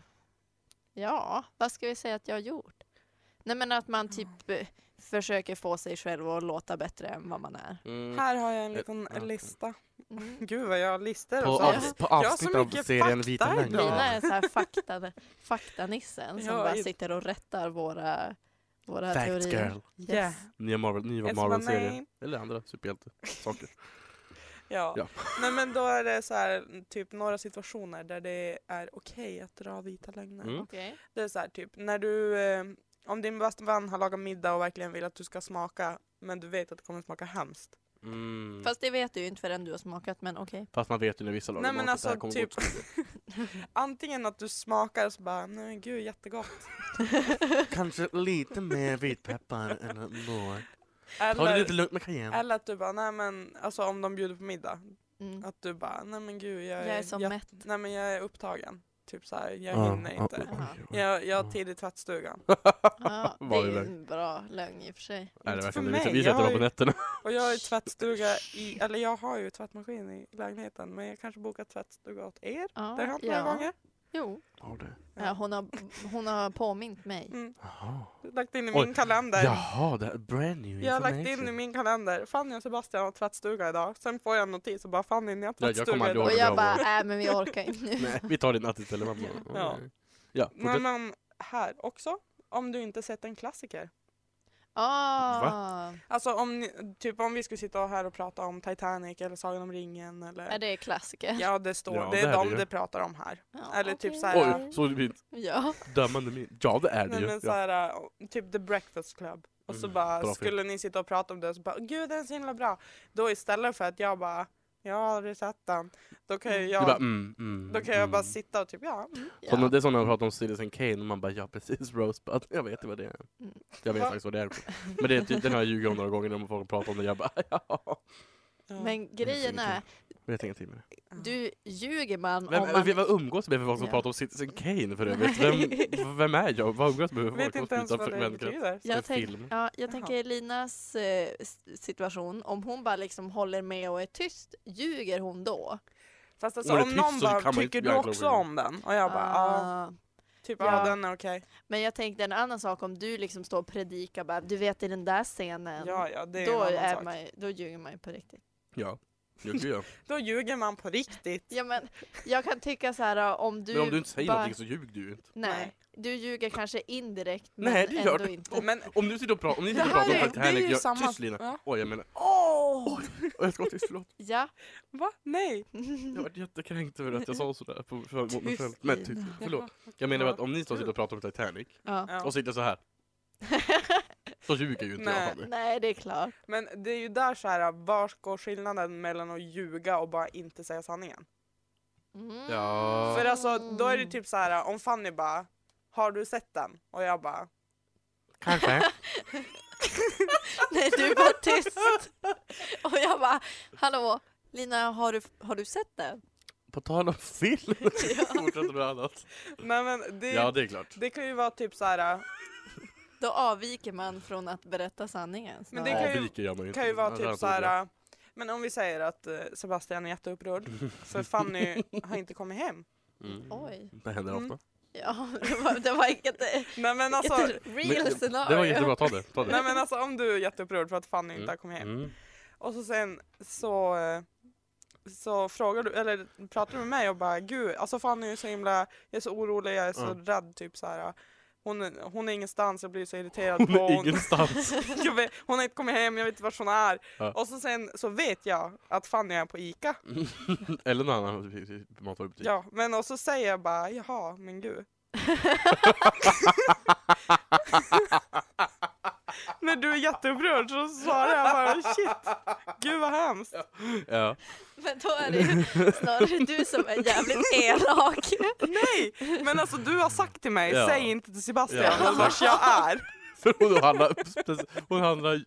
D: ja, vad ska vi säga att jag har gjort? Nej men att man typ eh, försöker få sig själv att låta bättre än vad man är.
C: Mm.
B: Här har jag en liten
C: Ja.
B: lista.
D: Mm.
B: Gud vad jag har listor
C: På,
B: och
D: Ja.
C: avs-
B: sånt.
C: på
B: har
C: avsnitt
B: så
C: av
B: mycket
C: serien
B: fakta
C: Vita lögn.
B: idag.
D: Lina är så här fakta, faktanissen som
B: Ja,
D: bara
B: i-
D: sitter och rättar våra, våra
C: Facts
D: teorier.
C: girl.
D: Yes.
B: Yeah.
C: Nya Marvel, nya
B: It's my
C: Marvel-serier.
B: name.
C: Eller andra superhjälte-saker.
B: Ja.
C: Ja.
B: Nej men då är det så här, typ några situationer där det är okej att dra vita lögner.
C: Mm.
D: Okej.
B: Det är så här, typ när du, eh, om din bästa vän har lagat middag och verkligen vill att du ska smaka men du vet att det kommer smaka hemskt.
C: Mm. Fast,
D: Fast det vet du ju inte förrän du har smakat men okej.
C: man vet ju när vissa lagar
B: Nej men
C: mat att det här
B: alltså
C: kommer
B: typ
C: gå åt skogen.
B: antingen att du smakar och så bara nej gud jättegott.
C: Kanske lite mer vitpeppar än något. Ta det lite
B: Eller,
C: lugnt med cayenne.
B: eller att du bara nej men alltså om de bjuder på middag
D: Mm.
B: att du bara nej men gud jag är,
D: Jag är som
B: jag,
D: mätt.
B: nej men jag är upptagen. Typ så här, jag
C: Ja,
B: hinner
C: ja,
B: inte.
C: oj, oj, oj.
B: Jag, jag
C: Ja.
B: har tid i tvättstugan.
D: Ja, det
C: Var
D: är
C: det
D: ju
C: lögn?
D: en bra lögn i och för sig.
C: Nej, det är
B: Inte
C: verkligen
B: för
C: det. Vi-
B: mig.
C: Vi
B: Jag
C: sätter dem
B: har
C: på
B: ju-
C: nätterna.
B: Och jag har ju tvättstuga i, eller jag har ju tvättmaskin i lägenheten men jag kanske bokar tvättstuga åt er. Det
D: Ja,
B: har hänt några
D: ja.
B: gånger.
D: Jo.
C: Har du?
D: Ja, hon, har, hon har påmint mig.
B: Mm.
C: Jaha.
B: Lagt in i
C: Oj.
B: min kalender.
C: Jaha, det här är brand new
B: Jag har
C: information.
B: lagt in i min kalender, Fanny och Sebastian har tvättstuga idag. Sen får jag en notis och bara Fanny ni har
C: kommer
B: tvättstuga
C: aldrig
B: idag.
D: Och
C: ihåg.
D: jag bara, nej men vi orkar inte nu.
C: Nej, vi tar din natt istället mamma.
B: Ja.
C: Ja,
B: Nej
C: fortsätt.
B: men här också, om du inte sett en klassiker.
D: Ah,
B: Alltså om, ni, typ om vi skulle sitta här och prata om Titanic eller Sagan om ringen eller
D: är det klassiker?
B: Ja det står,
C: Ja,
B: det
C: det
B: är
C: är
B: de
C: det ju.
B: det pratar om här.
D: Ja,
B: eller typ
D: okej.
B: så här-
C: Oj, så det
D: Ja.
C: dömande min. Ja, det är det
B: Nej,
C: ju.
B: men så
C: Ja.
B: här, äh, typ The Breakfast Club. Och så
C: Mm,
B: bara,
C: bra film.
B: skulle ni sitta och prata om det och så bara, gud den är så himla bra. Då istället för att jag bara, jag har aldrig sett den. Då kan ju
C: Du
B: jag,
C: bara, mm, mm,
B: då kan jag bara
C: mm.
B: sitta och typ, ja. mm."
C: Som
D: Ja.
C: Det är som när man pratar om Citizen Kane, och man bara ja precis Rosebud, jag vet ju vad det är.
D: Mm.
C: Jag vet
B: Ja.
C: faktiskt vad det är. Men det är typ, den har jag ljugit om några gånger när folk pratar om det, jag bara ja.
B: Ja.
D: Men grejen är,
C: Vet ingenting med det.
B: Mm.
D: Du ljuger man
C: Vem,
D: om man...
C: vi, vad umgås med för folk som
D: Ja.
C: pratar om Citizen Kane för övrigt? Vem, vem är jag? Vad umgås med för folk
B: Vet
C: som
B: inte ens
C: flyttar
B: vad det
C: för vänkrets?
B: betyder.
C: Ja.
D: jag
C: för
D: tänk,
C: film.
D: ja, jag
B: Jaha.
D: tänker Linas eh, s- situation, om hon bara liksom håller med och är tyst, ljuger hon då?
B: Fast alltså,
C: Ordet
B: om
C: hyfs
B: någon
C: så kan
B: bara,
C: man inte
B: tycker du
C: göra Glory
B: också
C: Hole."
B: om den? Och jag bara, ja,
D: Ah.
B: typ,
D: Ja.
B: ja den är okej.
D: Men jag tänkte en annan sak om du liksom står och predikar bara, du vet i den där scenen.
B: Ja, ja, det är
D: då,
B: en annan
D: är
B: sak.
D: man, ju- då ljuger man ju på riktigt.
C: Ja, jo, gud ja.
B: Då ljuger man på riktigt.
D: Ja, men jag kan tycka så här äh, om du...
C: Men om du inte säger
D: bara-
C: någonting så ljuger du ju inte.
D: Nej,
B: Nej.
D: du ljuger kanske indirekt men
C: Nej, det gör
D: ändå
C: du.
D: inte.
B: Men
C: Om du sitter och pratar om, ni
B: det
C: sitter och
B: här
C: pratar om
B: är, det är
C: Titanic,
B: ju
C: jag,
B: samma...
C: tyst Lina!
B: Ja.
C: Oj, jag menar,
B: Åh!
C: Oj, jag ska vara tyst, förlåt.
D: Ja,
B: Va? Nej.
C: Jag vart jättekränkt över att jag sa sådär på, för, mot mig
D: Tyst,
C: själv. Men
D: Lina.
C: tyst, förlåt. Jag menar bara att om ni står och
B: Gud.
C: sitter och pratar om Titanic,
D: ja.
B: Ja.
C: och sitter så här. så ljuger ju inte jag
B: Nej.
C: för mig.
D: Nej, det är klart.
B: Men det är ju där så här, var går skillnaden mellan att ljuga och bara inte säga sanningen?
D: Mm.
C: Ja.
B: För alltså, då är det typ så här, om Fanny bara, har du sett den? Och jag bara,
C: Kanske.
D: Nej, du var tyst. Och jag bara, hallå, Lina, har du, har du sett den?
C: På tal om film, fortsätter du annat.
B: nej men det,
C: Ja, det är klart.
B: det kan ju vara typ så här,
D: Då avviker man från att berätta sanningen.
B: Men det
D: snarare.
B: kan ju-
C: Avviker gör man ju
B: Det
C: inte.
B: kan ju vara
C: Ja,
B: typ
C: där
B: så
C: borde jag.
B: här. äh, Men om vi säger att eh, Sebastian är jätteupprörd för Fanny har inte kommit hem.
C: Mm.
D: Oj.
C: Det händer
B: Mm.
C: ofta.
D: Ja, det var, det var inget,
B: Nej men alltså,
D: ett
C: Men-
D: real scenario.
C: Det var jättebra, ta det. Ta det.
B: nej, men alltså om du är jätteupprörd för att Fanny inte har kommit hem.
C: Mm.
B: Och så sen så, eh, så frågar du, eller pratar du med mig och bara gud, alltså Fanny är så himla, jag är så orolig, jag är så
C: Mm.
B: rädd typ så här. Hon, är- hon är ingenstans, jag blir så irriterad
C: Hon
B: på
C: är
B: hon,
C: ingenstans.
B: jag vet, hon har inte kommit hem, jag vet inte vart hon är.
C: Ja. Typ.
B: Och så sen så vet jag att Fanny är på Ica.
C: Eller någon annan matvarubutik.
B: Ja, men och så säger jag bara jaha, men gud. När du är jätteupprörd så svarar jag bara shit, gud vad hemskt.
C: Ja.
D: Men då är det ju snarare du som är jävligt elak.
B: Nej, men alltså du har sagt till mig,
C: Ja.
B: säg inte till Sebastian
C: Ja.
B: vars jag är.
C: För hon handlar, hon handlar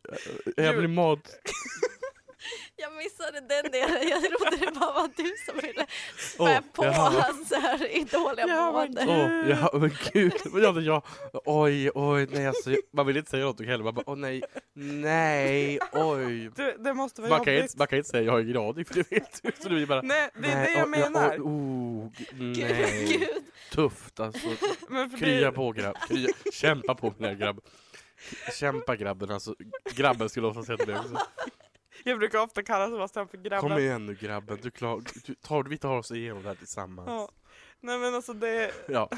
C: äh, hemlig mat.
D: Jag missade den delen. Jag trodde det bara var du som ville spä
C: Åh,
D: på
C: jaha.
D: hans här inte dåliga
B: Ja, vad
D: mående.
C: Åh, ja men gud. Men jag, jag, oj, oj, nej alltså. Man vill inte säga något heller. Man bara, åh nej, nej, oj.
B: Du, det måste vara
C: Man kan, inte,
B: jobbigt.
C: man kan inte säga jag är gradig för det vet du. Så du blir bara,
B: Nej, det är
C: nej,
B: det jag
C: oj,
B: menar.
C: oj, oh, g-
D: Gud,
C: nej.
D: gud.
C: Tufft alltså.
B: men för
C: Krya
B: det,
C: på grabb. Krya. Kämpa på mina grabb. Kämpa grabben alltså. Grabben skulle jag ofta säga till dig också.
B: jag brukar ofta kalla Sebastian för
C: Kom
B: grabben.
C: igen nu grabben, du klar, du, tar, vi tar oss igenom det här tillsammans.
B: Ja.
C: Ja,
B: Nej men alltså det,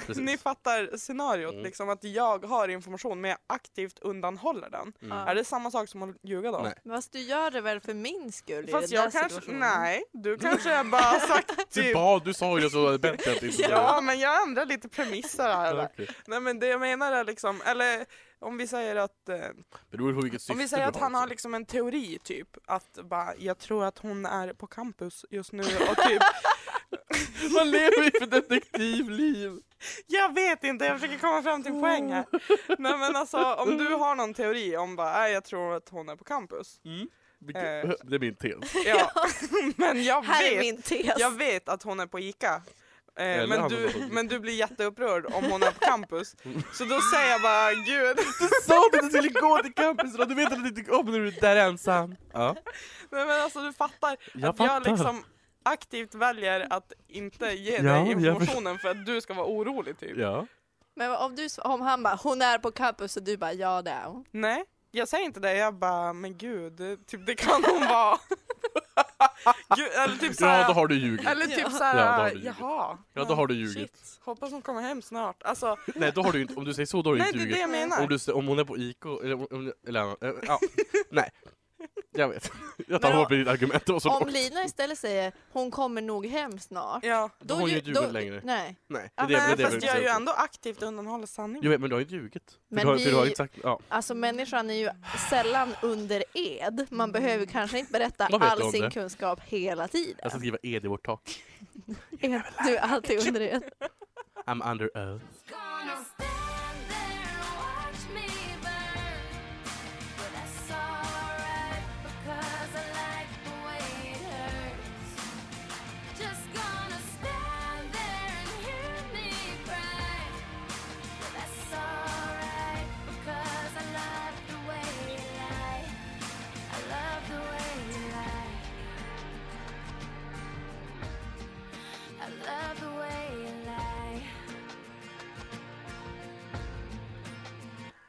C: precis.
B: ni fattar scenariot
C: Mm.
B: liksom att jag har information men jag aktivt undanhåller den.
C: Mm.
B: Är det samma sak som att ljuga då?
C: Nej.
D: Fast du gör det väl för min skull i
B: Fast
D: den där
B: jag kanske,
D: situationen?
B: nej, du kanske har bara sagt
C: Du
B: typ
C: bad, du sa ju så, det är bättre att inte
B: Ja men jag ändrar lite premisser här.
C: Ja,
B: eller?
C: okej.
B: Nej men det jag menar är liksom, eller om vi säger att, eh,
C: Det beror på vilket syfte
B: om vi säger att
C: du
B: han har
C: också.
B: liksom en teori typ, att bara, jag tror att hon är på campus just nu och typ,
C: Man lever ju för detektivliv!
B: jag vet inte, jag försöker komma fram till en poäng här. Nej men alltså om du har någon teori om bara, nej, jag tror att hon är på campus.
C: Vilket-
B: Eh.
C: Det är min tes.
B: Ja, men jag
D: Här är
B: vet
D: min tes.
B: Jag vet att hon är på Ica. Eh,
C: Eller
B: men,
C: han var
B: du,
C: på-
B: men du blir jätteupprörd om hon är på campus. Så då säger jag bara gud.
C: Du sa att du skulle gå till campus och du vet att du tycker om när du är där ensam. Ja,
B: Nej, men alltså du fattar.
C: jag
B: att
C: fattar.
B: jag liksom aktivt väljer att inte ge
C: Ja,
B: dig
C: jag
B: informationen för att du ska vara orolig typ.
C: Ja.
D: Men om, du, om han bara, hon är på campus och du bara, ja det är hon.
B: Nej, jag säger inte det. Jag bara men gud, det- typ det kan hon vara. gud, eller typ
C: ja, då
B: såhär.
C: har du ljugit.
B: Eller typ
C: Ja, då har
B: såhär,
C: du ljugit.
B: jaha.
C: Ja, då har du ljugit.
B: Shit. Hoppas hon kommer hem snart. Alltså,
C: Nej, då har du inte, om du säger så, då har du
B: nej
C: inte
B: det är
C: ljugit.
B: det jag menar.
C: Om, du, se- om hon är på IK, eller, om- om, eller eh, ja, nej. Jag vet. Jag tar
D: Men
C: hårt på ditt argument och så
D: Om Lina istället säger, hon kommer nog hem snart.
B: Ja.
C: Då har hon ju inte
D: då-
C: ljugit längre.
D: Nej.
C: Nej, det
D: Ja,
C: är det, det, är
B: Nej,
C: det
B: fast
C: vill
B: jag är ju
C: säga.
B: ändå aktivt undanhåller sanningen.
C: Jag vet, men du har ju inte ljugit. För
D: Men
C: du, har, för du har
D: vi-
C: inte sagt, ja.
D: Alltså människan är ju sällan under ed. Man behöver kanske inte berätta
C: Vad vet du
D: all
C: om
D: sin
C: det? Alltså,
D: kunskap hela tiden.
C: Jag ska skriva ed i vårt tak.
D: Du är alltid under ed.
C: I'm under oath.
E: Gonna stand there and watch me burn. But that's alright because I like the way it hurts.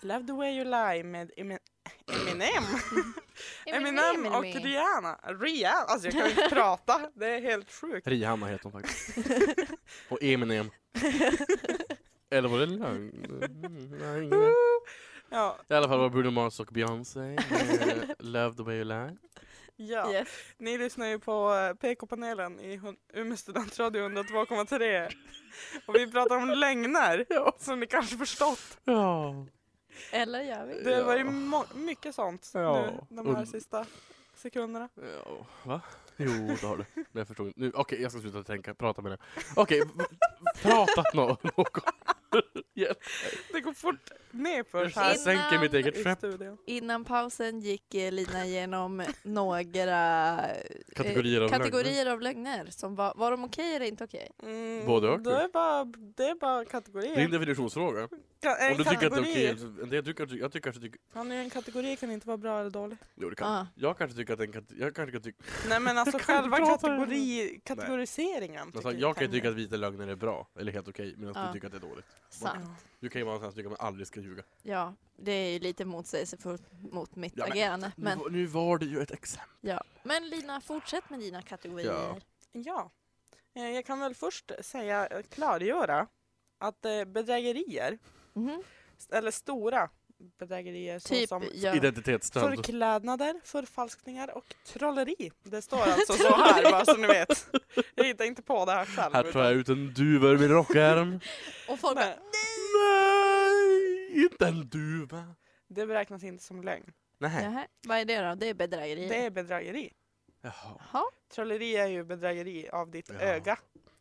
B: Love the way you lie med Emi- Eminem. Eminem och Rihanna. Rihanna, alltså jag kan ju inte prata. Det är helt sjukt.
C: Rihanna heter hon faktiskt. och Eminem. Eller var det lögn?
B: Ja,
C: I alla fall var det Bruno Mars och Beyoncé. med Love the way you lie.
B: ja.
D: Yes.
B: Ni lyssnar ju på eh, PK-panelen i hun- Umeå studentradio 102,3. Och vi pratar om lögner, som ni kanske förstått.
C: Ja.
D: Eller gör vi?
B: Det
C: Ja.
B: var ju mo- mycket sånt
C: Ja.
B: nu, de här
C: Und-
B: sista sekunderna.
C: Ja, va? Jo, det har du. Men jag förstod inte. Nu, Okej, jag ska sluta tänka. Prata med dig. Okej, v- prata nå- något. Hjälp.
B: Det går fort ner för
C: Jag
B: här
C: sänker mitt eget
B: i
C: skepp.
B: studion.
D: Innan pausen gick eh, Lina igenom några eh,
C: Kategorier av lögner.
D: kategorier av lögner. Som var, var de okej eller inte okej?
B: Mm,
C: Både och,
B: Det är bara, det är bara kategorier.
C: Det är en definitionsfråga.
B: Ka- en
C: Om du tycker att det är
B: kategori.
C: okej. en del tycker att- Jag tycker kanske tycker...
B: Ja, nu är en kategori kan inte vara bra eller dålig.
C: Jo, det kan.
D: Ah.
C: Jag kanske tycker att en kat- Jag kanske kan tycka...
B: Nej men alltså
C: kan
B: själva
C: inte prata.
B: kategori, kategoriseringen.
C: Alltså,
B: tycker
C: jag kan ju
B: Tanja.
C: tycka att vita lögner är bra, eller helt okej, medan
D: Ja.
C: du tycker att det är dåligt.
D: Sant.
C: Du kan ju vara en sån som tycker att man aldrig ska ljuga.
D: Ja, det är ju lite motsägelsefullt mot mitt
C: Ja, men-
D: agerande. Men,
C: Nu, nu var det ju ett exempel.
D: ja. men Lina, fortsätt med dina kategorier.
B: Ja. Eh, Jag kan väl först säga, eh, klargöra att eh, bedrägerier,
D: Mhm.
B: s- eller stora bedrägerier
D: Typ,
B: såsom
D: ja.
C: Identitetsstöld.
B: förklädnader, förfalskningar och trolleri. Det står alltså så här bara så ni vet. Jag hittar inte på det här själv.
C: Här tar jag ut en duva ur min rockärm.
D: Och folk bara,
B: Nej,
C: Nej, inte en duva.
B: det beräknas inte som lögn.
C: Nej.
D: "Jaha, vad är det då? Det är bedrägeri.
B: Det är bedrägeri.
C: Jaha.
D: Jaha.
B: Trolleri är ju bedrägeri av ditt
C: Ja.
B: öga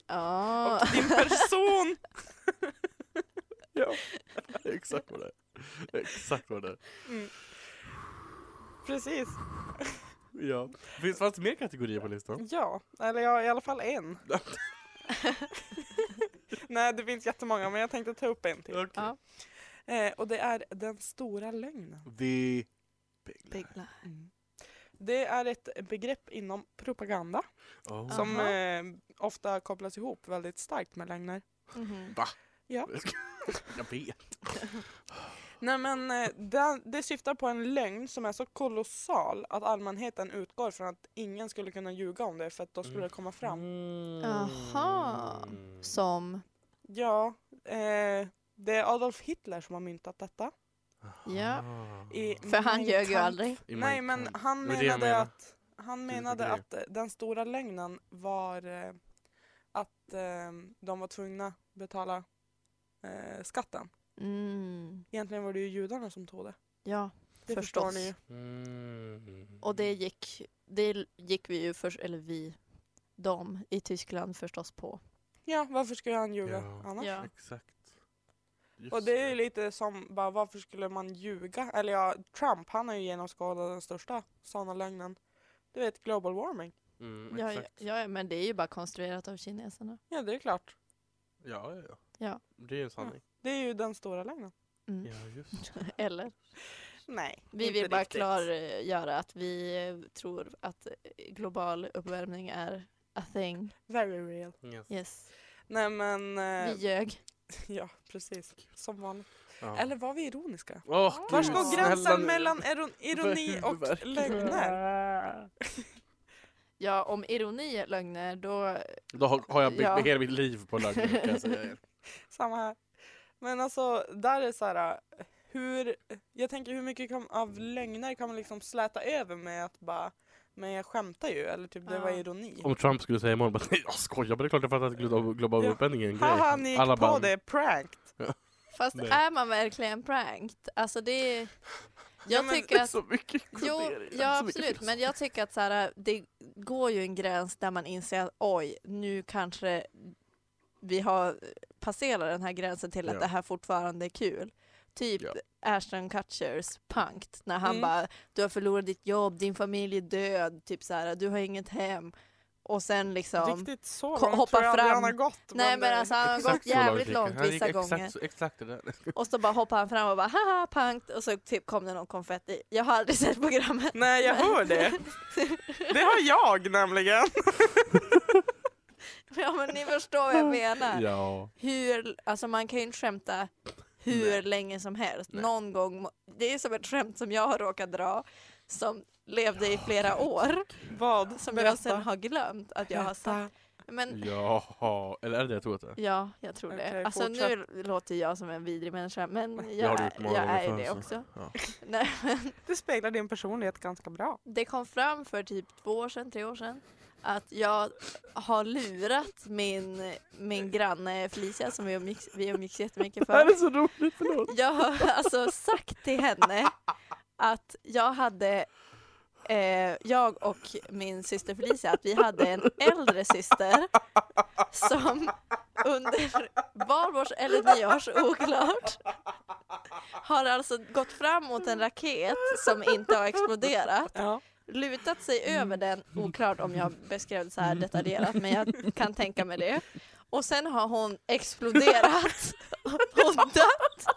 D: Ja.
B: och din person.
C: Ja, exakt vad det är. Exakt vad det är.
B: Mm. Precis.
C: Ja. Finns, fanns det mer kategorier på listan?
B: Ja, eller ja, i alla fall en. Nej, det finns jättemånga, men jag tänkte ta upp en till.
C: Okej.
D: Ja.
B: Eh, och det är den stora lögnen.
C: The Big Lie.
D: Big lie.
B: Det är ett begrepp inom propaganda
C: Oh.
B: som
D: Aha.
B: eh, ofta kopplas ihop väldigt starkt med lögner.
D: Mhm.
B: Ja.
C: Jag vet.
B: Nej, men eh, det, det syftar på en lögn som är så kolossal att allmänheten utgår från att ingen skulle kunna ljuga om det för att då
D: Mm.
B: skulle det komma fram.
C: Mm.
D: Aha.
C: Ah.
D: Som,
B: Ja, eh, det är Adolf Hitler som har myntat detta. Mm.
D: ja.
B: I
D: För han
B: Mein
D: ljög ju
B: Kampf.
D: aldrig.
C: I
B: Nej,
C: Mein
B: men
C: Kampf.
B: han
C: Det var det jag
B: menade
C: menade. Typ,
B: att, han menade
C: det.
B: att eh, den stora lögnen var eh, att eh, de var tvungna betala eh, skatten.
D: Mm.
B: Egentligen var det ju judarna som tog det.
D: Ja,
B: Det
D: förstås.
B: förstår ni ju.
C: Mm.
D: Och det gick, det gick vi ju först, eller vi, de i Tyskland förstås på.
B: Ja, varför skulle han ljuga
C: Ja.
B: annars?
D: Ja.
C: Exakt. Just
B: Och det är ju lite som bara varför skulle man ljuga? Eller ja, Trump han har ju genomskådat den största sanna lögnen. Du vet global warming.
C: Mm,
D: Ja, ja,
C: exakt.
D: ja, men det är ju bara konstruerat av kineserna.
B: Ja, det är klart.
C: Ja, ja, ja.
D: Ja.
C: Det är ju en sanning.
B: Det är ju den stora lögnen.
D: Mm.
C: Ja, just det.
D: Eller?
B: Nej,
D: Vi
B: inte
D: vill bara
B: riktigt.
D: klargöra att vi eh, tror att eh, global uppvärmning är a thing.
B: Very real.
C: Mm. Yes.
D: Yes.
B: Nej men,
D: Vi
B: eh,
D: ljög.
B: ja precis. Som vanligt.
C: Ja.
B: Eller var vi ironiska?
C: Åh,
B: Var
C: gud,
B: går
C: snälla
B: gränsen
C: nu.
B: mellan ero- ironi och
C: Verkligen.
B: lögner?
D: Ja, om ironi är lögner då...
C: Då har, har jag byggt
D: Ja.
C: hela mitt liv på lögner kan jag säga er.
B: Samma här. Men alltså, där är så här, äh, hur, jag tänker hur mycket kan, av
C: Mm.
B: lögner kan man liksom släta över med att bara, men jag skämtar ju, eller typ det
D: Ja.
B: var ironi.
C: Om Trump skulle säga imorgon bara nej jag skojar men det är klart jag fattar att glo- global
B: Ja.
C: uppvärmning är en grej.
B: Haha, ni gick på
C: bara,
B: det, prank!
D: Fast
C: Nej.
D: är man verkligen pranked? Alltså det är...
B: Ja,
D: Jag
B: men-
C: Det
D: tycker
C: är
D: att...
C: så mycket
D: Jo,
C: funderingar, så
D: ja
C: mycket
D: absolut, men jag tycker att så här, det går ju en gräns där man inser att oj, nu kanske vi har passerat den här gränsen till att
C: Ja.
D: det här fortfarande är kul. Typ
C: Ja.
D: Ashton Kutchers punkt när han
B: Mm.
D: bara du har förlorat ditt jobb, din familj är död, typ så här, du har inget hem. Och sen liksom,
B: Riktigt
D: Ko-
B: så långt
D: hoppa
B: tror jag aldrig
D: fram.
B: han har gått. eh,
D: nej men
B: det-
D: alltså han har
C: eh, exakt
D: gått
C: så långt
D: jävligt
C: gick det.
D: långt
C: Han gick
D: vissa
C: exakt,
D: gånger.
C: så- Exakt det där.
D: Och så bara hoppar han fram och bara haha punkt och så typ kom det någon konfetti. Jag har aldrig sett programmet.
B: Nej jag hör det. Det har jag nämligen.
D: Ja men ni förstår vad jag menar.
C: Ja.
D: Hur, alltså man kan ju inte skämta hur
C: Nej.
D: länge som helst.
C: Nej.
D: Någon gång, må- det är som ett skämt som jag har råkat dra som levde i flera år
B: Vad?
D: som jag
B: Berätta.
D: sen har glömt att jag har sagt. Men
C: Jaha, eller är det det jag tror att det är?
D: ja, jag tror
B: Okej,
D: det. Alltså nu
B: fortsätt.
D: låter jag som en vidrig människa men
C: Jag har
D: jag,
C: gjort många
D: jag
C: gånger
D: är
C: förr,
D: det
C: så.
D: också.
C: Ja.
D: Nej, men
B: Det speglar din personlighet ganska bra.
D: det kom fram för typ två år sedan, tre år sedan att jag har lurat min, min granne Felicia som vi umgicks, vi umgicks jättemycket för.
C: så roligt, förlåt.
D: Jag har alltså sagt till henne att jag hade, eh, jag och min syster Felicia, att vi hade en äldre syster som under valborgs eller nyårs, oklart, har alltså gått fram mot en raket som inte har exploderat,
B: Ja.
D: lutat sig över den, oklart om jag beskrev det så här detaljerat, men jag kan tänka mig det. Och sen har hon exploderat och dött.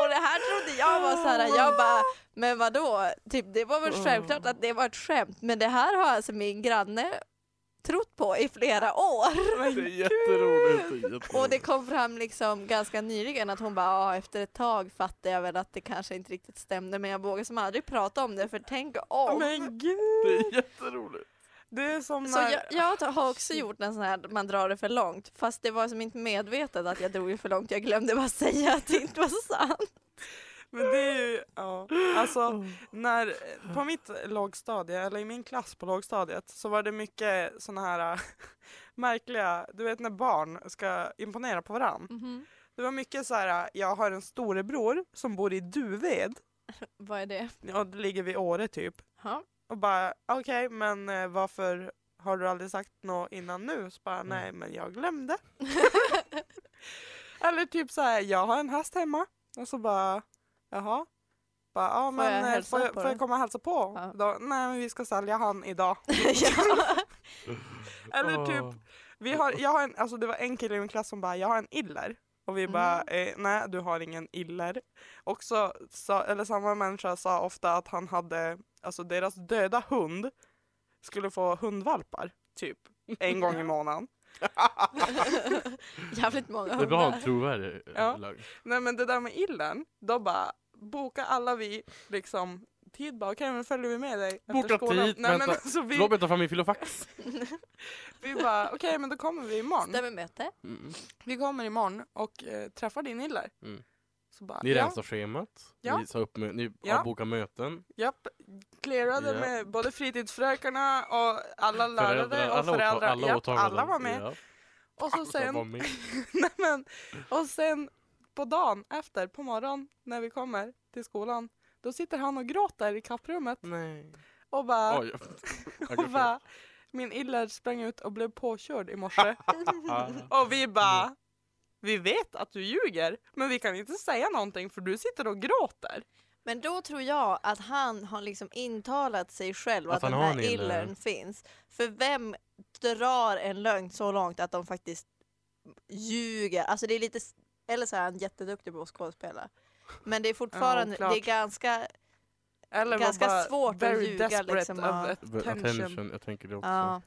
D: Och det här trodde jag var så här, jag bara, men vadå? Typ, det var väl självklart att det var ett skämt, men det här har alltså min granne trott på i flera år.
C: Det är jätteroligt. det är jätteroligt.
D: Och det kom fram liksom ganska nyligen att hon bara, ja efter ett tag fattade jag väl att det kanske inte riktigt stämde, men jag vågar som aldrig prata om det, för tänk om.
B: Men
C: Det
B: gud!
C: är jätteroligt.
B: Det är som
D: Så
B: när...
D: jag, jag har också gjort en sån här, man drar det för långt, fast det var som inte medvetet att jag drog det för långt, jag glömde bara säga att det inte var sant.
B: Men det är ju... Ja.
D: Oh.
B: Alltså, när, på mitt lågstadie, eller i min klass på lågstadiet, så var det mycket såna här äh, märkliga... Du vet när barn ska imponera på varann.
D: Mhm.
B: Det var mycket så här, äh, jag har en storebror som bor i Duved,
D: Vad är det?
B: och det ligger vid Åre typ. Och bara, okej, men eh, varför har du aldrig sagt något innan nu? Så
D: Mm.
B: bara, nej, men jag glömde. Eller typ så här, jag har en häst hemma. Och så bara, jaha. Bara, ja, men
D: jag
B: eh,
D: hälsa
B: får, jag,
D: på
B: får jag
D: den?
B: komma och hälsa på?
D: Ja.
B: Då, nej, men vi ska sälja han idag.
D: ja.
B: Eller typ, vi har, jag har en, alltså det var en kille i min klass som bara, jag har en iller. Och vi bara,
D: Mm.
B: eh, nej du har ingen iller. Och så, sa, eller samma människa sa ofta att han hade, alltså deras döda hund skulle få hundvalpar, typ. En gång i månaden.
D: Jävligt många
C: Det var en
D: hundar.
C: trovärdig eh,
B: Ja.
C: ja. lögn.
B: Nej men det där med illern, då bara bokar alla vi liksom tid bara, okej men följer vi med dig efter
C: Boka
B: skolan?
C: tid,
B: Nej, men
C: vänta.
B: alltså, vi,
C: Förlåt, jag tar fram min filofax.
B: vi bara, okej men då kommer vi imorgon.
D: Stämmer möte.
C: Mm.
B: Vi kommer imorgon och eh, träffar din iller.
C: Mm.
B: Så bara,
C: Ni
B: ja.
C: rensar schemat,
B: Ja.
C: ni, sa upp, mö- ni
B: Ja.
C: avbokar möten.
B: Japp, clearade
C: Ja.
B: med både fritidsfrökarna och alla lärare och
C: åta-
B: föräldrar.
C: alla,
B: Japp,
C: åtaganden.
B: alla var med.
C: Ja.
B: Och, så
C: Alla
B: sen,
C: var med.
B: nej men, och sen på dagen efter, på morgonen, när vi kommer till skolan, då sitter han och gråter i kapprummet
C: Nej.
B: och bara,
C: Oj.
B: och bara min iller sprang ut och blev påkörd i morse. och vi
C: Mm.
B: bara, vi vet att du ljuger, men vi kan inte säga någonting för du sitter och gråter.
D: Men då tror jag att han har liksom intalat sig själv att,
C: Att han
D: den
C: har
D: här
C: en iller.
D: illern finns. För vem drar en lögn så långt att de faktiskt ljuger? Alltså det är lite, s- eller så är han jätteduktig på att skådespela. Men det är fortfarande,
B: klart.
D: det är ganska,
B: Eller var
D: Ganska
B: bara
D: svårt att
B: very
D: ljuga,
B: desperate
D: liksom,
B: of
D: ja.
B: attention.
C: Attention, jag tänker det också.
D: ja.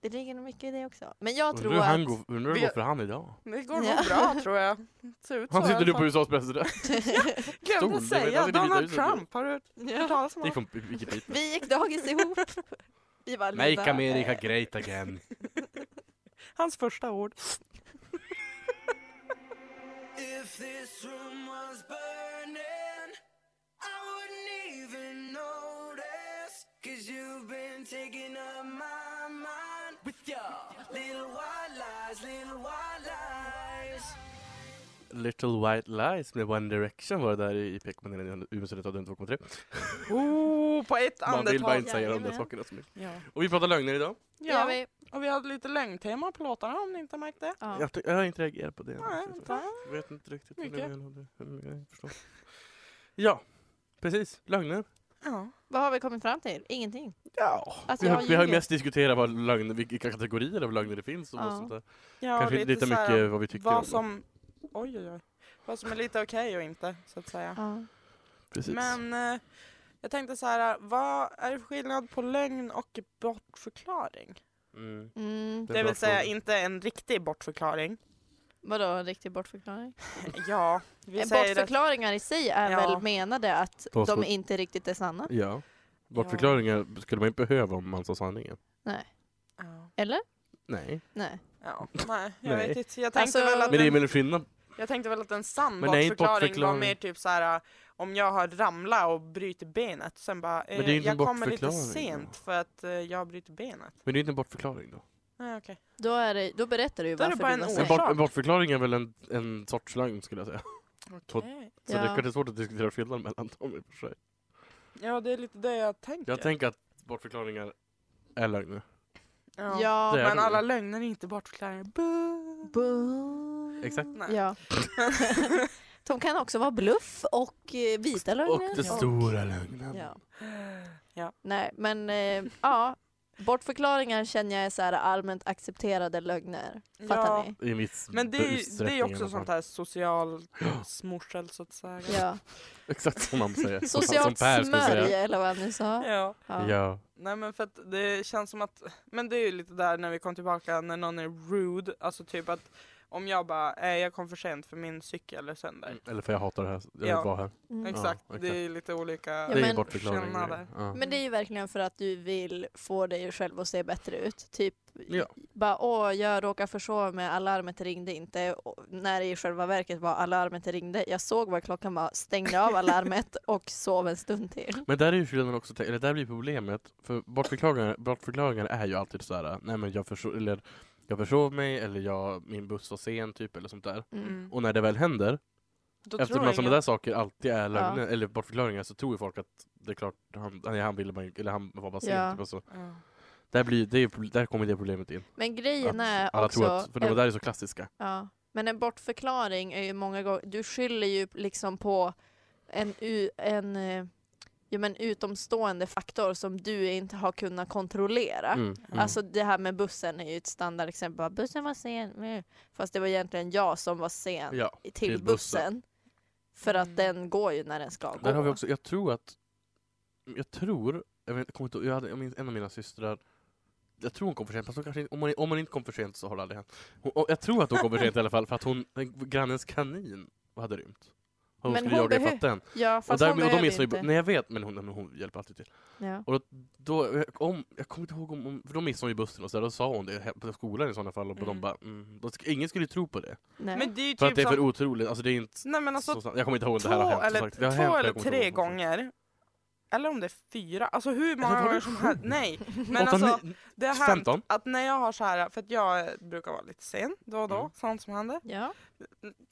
D: Det ligger nog mycket i det också. Men jag
C: Undrar
D: tror
C: hur
D: att...
C: han går- undrar hur det går
B: Vi-
C: för han idag?
B: Det går nog
D: Ja.
B: bra tror jag. Ser ut
C: Han
B: så i
C: sitter
B: alla
C: nu
B: fall.
C: på USAs president.
B: Glömde
C: stol, det vet
B: säga
C: jag inte, det
B: Donald
C: visar ju
B: Trump. Har du hört
D: Ja.
B: talas om
C: Det gick
B: honom?
C: från vilket dit?
D: Vi gick dagis ihop. Vi eh, var
C: Make America great again.
B: Hans första ord.
F: If this room was burning, I wouldn't even notice. Cause you've been taking up my mind with your little white lies, little white lies.
C: Little White Lies med One Direction var det där i PK-panelen i Umeå Södertälje 2.3.
B: Oh, på ett
C: Man vill bara
B: andetag.
C: inte säga de där
D: Jajamän.
C: sakerna så mycket.
B: Ja.
C: Och vi pratar lögner idag.
D: Ja.
B: ja, och vi hade lite lögntema på låtarna om ni inte märkt det.
D: Ja.
C: Jag, ty- jag har inte reagerat på det.
B: Nej, ta.
C: Jag vet inte riktigt hur
B: Mycket.
C: jag menade. Jag förstår. Ja, precis. Lögner.
B: Ja.
D: Vad har vi kommit fram till? Ingenting.
C: Ja.
D: Att
C: Vi
D: jag
C: har, vi har ju
D: ljuger.
C: mest diskuterat vad lögner, vilka kategorier av lögner det finns och
D: Ja.
C: sånt där.
B: Ja,
C: Kanske inte lite
B: så här
C: mycket vad vi tycker om
B: Vad
C: det.
B: som, oj, oj, oj. Vad som är lite okej och inte, så att säga.
D: Ja.
C: Precis.
B: Men eh, jag tänkte så här, vad är det för skillnad på lögn och bortförklaring?
C: Mm.
D: Mm.
C: Det är
B: Det
C: bra
B: vill säga
C: fråga.
B: inte en riktig bortförklaring,
D: Vadå, en riktig bortförklaring?
B: Ja, vi
D: Eh,
B: säger att
D: Bortförklaringar i sig är
B: Ja.
D: väl menade att
C: Påstå-
D: de inte riktigt är sanna?
C: Ja. Bortförklaringar skulle man inte behöva om man sa sanningen.
B: Ja,
D: Eller?
C: Nej.
D: Nej.
B: ja, nej, jag
C: Nej.
B: vet inte. Jag tänkte,
D: Alltså-
B: väl att
C: Men det är
B: en,
C: väl en skillnad.
B: jag tänkte väl att en sann
C: Men det är inte
B: bortförklaring var
C: bortförklaring.
B: mer typ så här om jag har ramlat och brutit benet, sen bara
C: Men det är
B: eh,
C: inte en
B: jag kommer lite
C: bortförklaring då.
B: sent för att eh, jag har brutit benet.
C: Men det är inte en bortförklaring då.
B: Nej, okej.
D: Då, är det, då berättar du ju
B: Då är det
D: varför
B: bara
D: du
B: en
D: var
B: ord.
C: En,
D: sen.
B: Orsak.
C: bort, en bortförklaring är väl en, en sorts slang skulle jag säga.
B: Okej.
C: Så
D: Ja.
C: det är kanske svårt att diskutera skillnad mellan dem i och för sig.
B: Ja, det är lite det jag tänker.
C: Jag tänker att bortförklaringar är lögner.
B: ja.
D: Ja.
C: Det är
B: Men
C: det.
B: alla lögner är inte bortförklaringar. Boo.
C: Exakt.
B: Nej.
D: Ja. de kan också vara bluff och eh, vita lögner.
C: Och den
D: Ja.
C: stora lögnen.
D: Ja.
B: Ja.
D: Nej, men eh, ja. Bortförklaringar känner jag är så här allmänt accepterade lögner. Fattar
B: Ja.
D: ni?
C: I en viss
B: Men det är ju det är ju
C: utsträckning i
B: också
C: alla fall.
B: sånt här social smursel så att säga.
D: Ja.
C: Exakt som man säger. Som- som
D: Socialt
C: Per skulle
D: smörje
C: säga.
D: eller vad han nu sa.
B: Ja.
D: Ja.
C: Ja.
B: Nej men för att det känns som att, men det är ju lite där när vi kom tillbaka när någon är rude, alltså typ att om jag bara, eh, jag kom för sent för min cykel är sönder.
C: Eller för jag hatar det här. Jag
B: Ja.
C: vill vara här.
D: Mm.
B: Exakt,
C: Mm. Ja,
B: det är ju lite olika.
D: Ja,
C: det är
D: men-
C: ju bortförklaring.
B: Skillnader.
C: Ja.
D: Men det är ju verkligen för att du vill få dig själv att se bättre ut. Typ,
C: Ja.
D: bara åh, jag råkar försova mig, alarmet ringde inte. Och när det i själva verket var alarmet ringde. Jag såg vad klockan var, stängde av alarmet och sov en stund till.
C: Men där är ju skillnaden också, eller där blir problemet, för bortförklaringar, bortförklaringar är ju alltid såhär, nej men jag försov, eller jag försov mig, eller jag, min buss var sen, typ, eller sånt där.
D: Mm.
B: Mm.
C: Och när det väl händer,
B: Då
C: eftersom att sådana där saker alltid är lögner,
D: Ja.
C: eller bortförklaringar, så tror ju folk att det är klart, han, han, han ville bara, eller han var bara sen,
D: Ja.
C: typ, och så.
B: ingen-
C: Där, blir, det är, ju- där kommer det problemet in.
D: Men grejen är
C: Alla
D: också...
C: tror att, för de
D: en-
C: där är så klassiska.
D: ja. Men en bortförklaring är ju många gånger... Du skyller ju liksom på en, u- en eh, ja, men utomstående faktor som du inte har kunnat kontrollera.
C: Mm, mm.
D: Alltså det här med bussen är ju ett standardexempel. Bara, Bussen var sen. mm." Fast det var egentligen jag som var sen
C: ja.
D: till
C: till
D: bussen.
C: bussen.
D: För att
B: Mm.
D: den går ju när den ska gå.
C: Där har vi också, jag tror att, jag tror, jag, vet, jag kommer inte ihåg, jag hade jag minns en av mina systrar, jag tror hon kom för sent, fast hon kanske, inte- om, hon, om hon inte kom för sent så har det aldrig hänt. Hon, och jag tror att hon kom för sent i alla fall, för att hon, den, grannens kanin hade rymt. Och Hon
D: Men
C: skulle
D: hon
C: jaga
D: behö-
C: ifatt den.
D: Ja,
C: Och,
D: fast
C: där,
D: hon
C: och de
D: behöver
C: missar ju,
D: inte.
C: nej jag vet, men hon, men hon hjälper alltid till.
D: Ja.
C: Och då, om, jag kommer inte ihåg om, om för då missade hon ju bussen och så där, då sa hon det he- på skolan i sådana fall, och de
B: Mm.
C: bara, mm, då, sk- ingen skulle ju tro på det.
D: Nej.
B: Men det är ju
C: För
B: typ
C: att det är för
B: som,
C: otroligt, alltså det är inte
B: nej men alltså
C: så, sant. jag kommer inte ihåg om det
B: två
C: här har hänt. som
B: eller,
C: sagt. Det har
B: två
C: hänt, men jag
B: eller
C: kommer inte
B: tre
C: ihåg vad som-
B: gånger, eller om det är fyra, alltså hur
C: var
B: många
C: det
B: gånger som helst. Nej, men
C: Åtta,
B: alltså
C: nio-
B: det har hänt
C: 15?
B: att när jag har så här, för att jag eh, brukar vara lite sen då och då,
C: Mm.
B: sånt som händer.
D: Ja.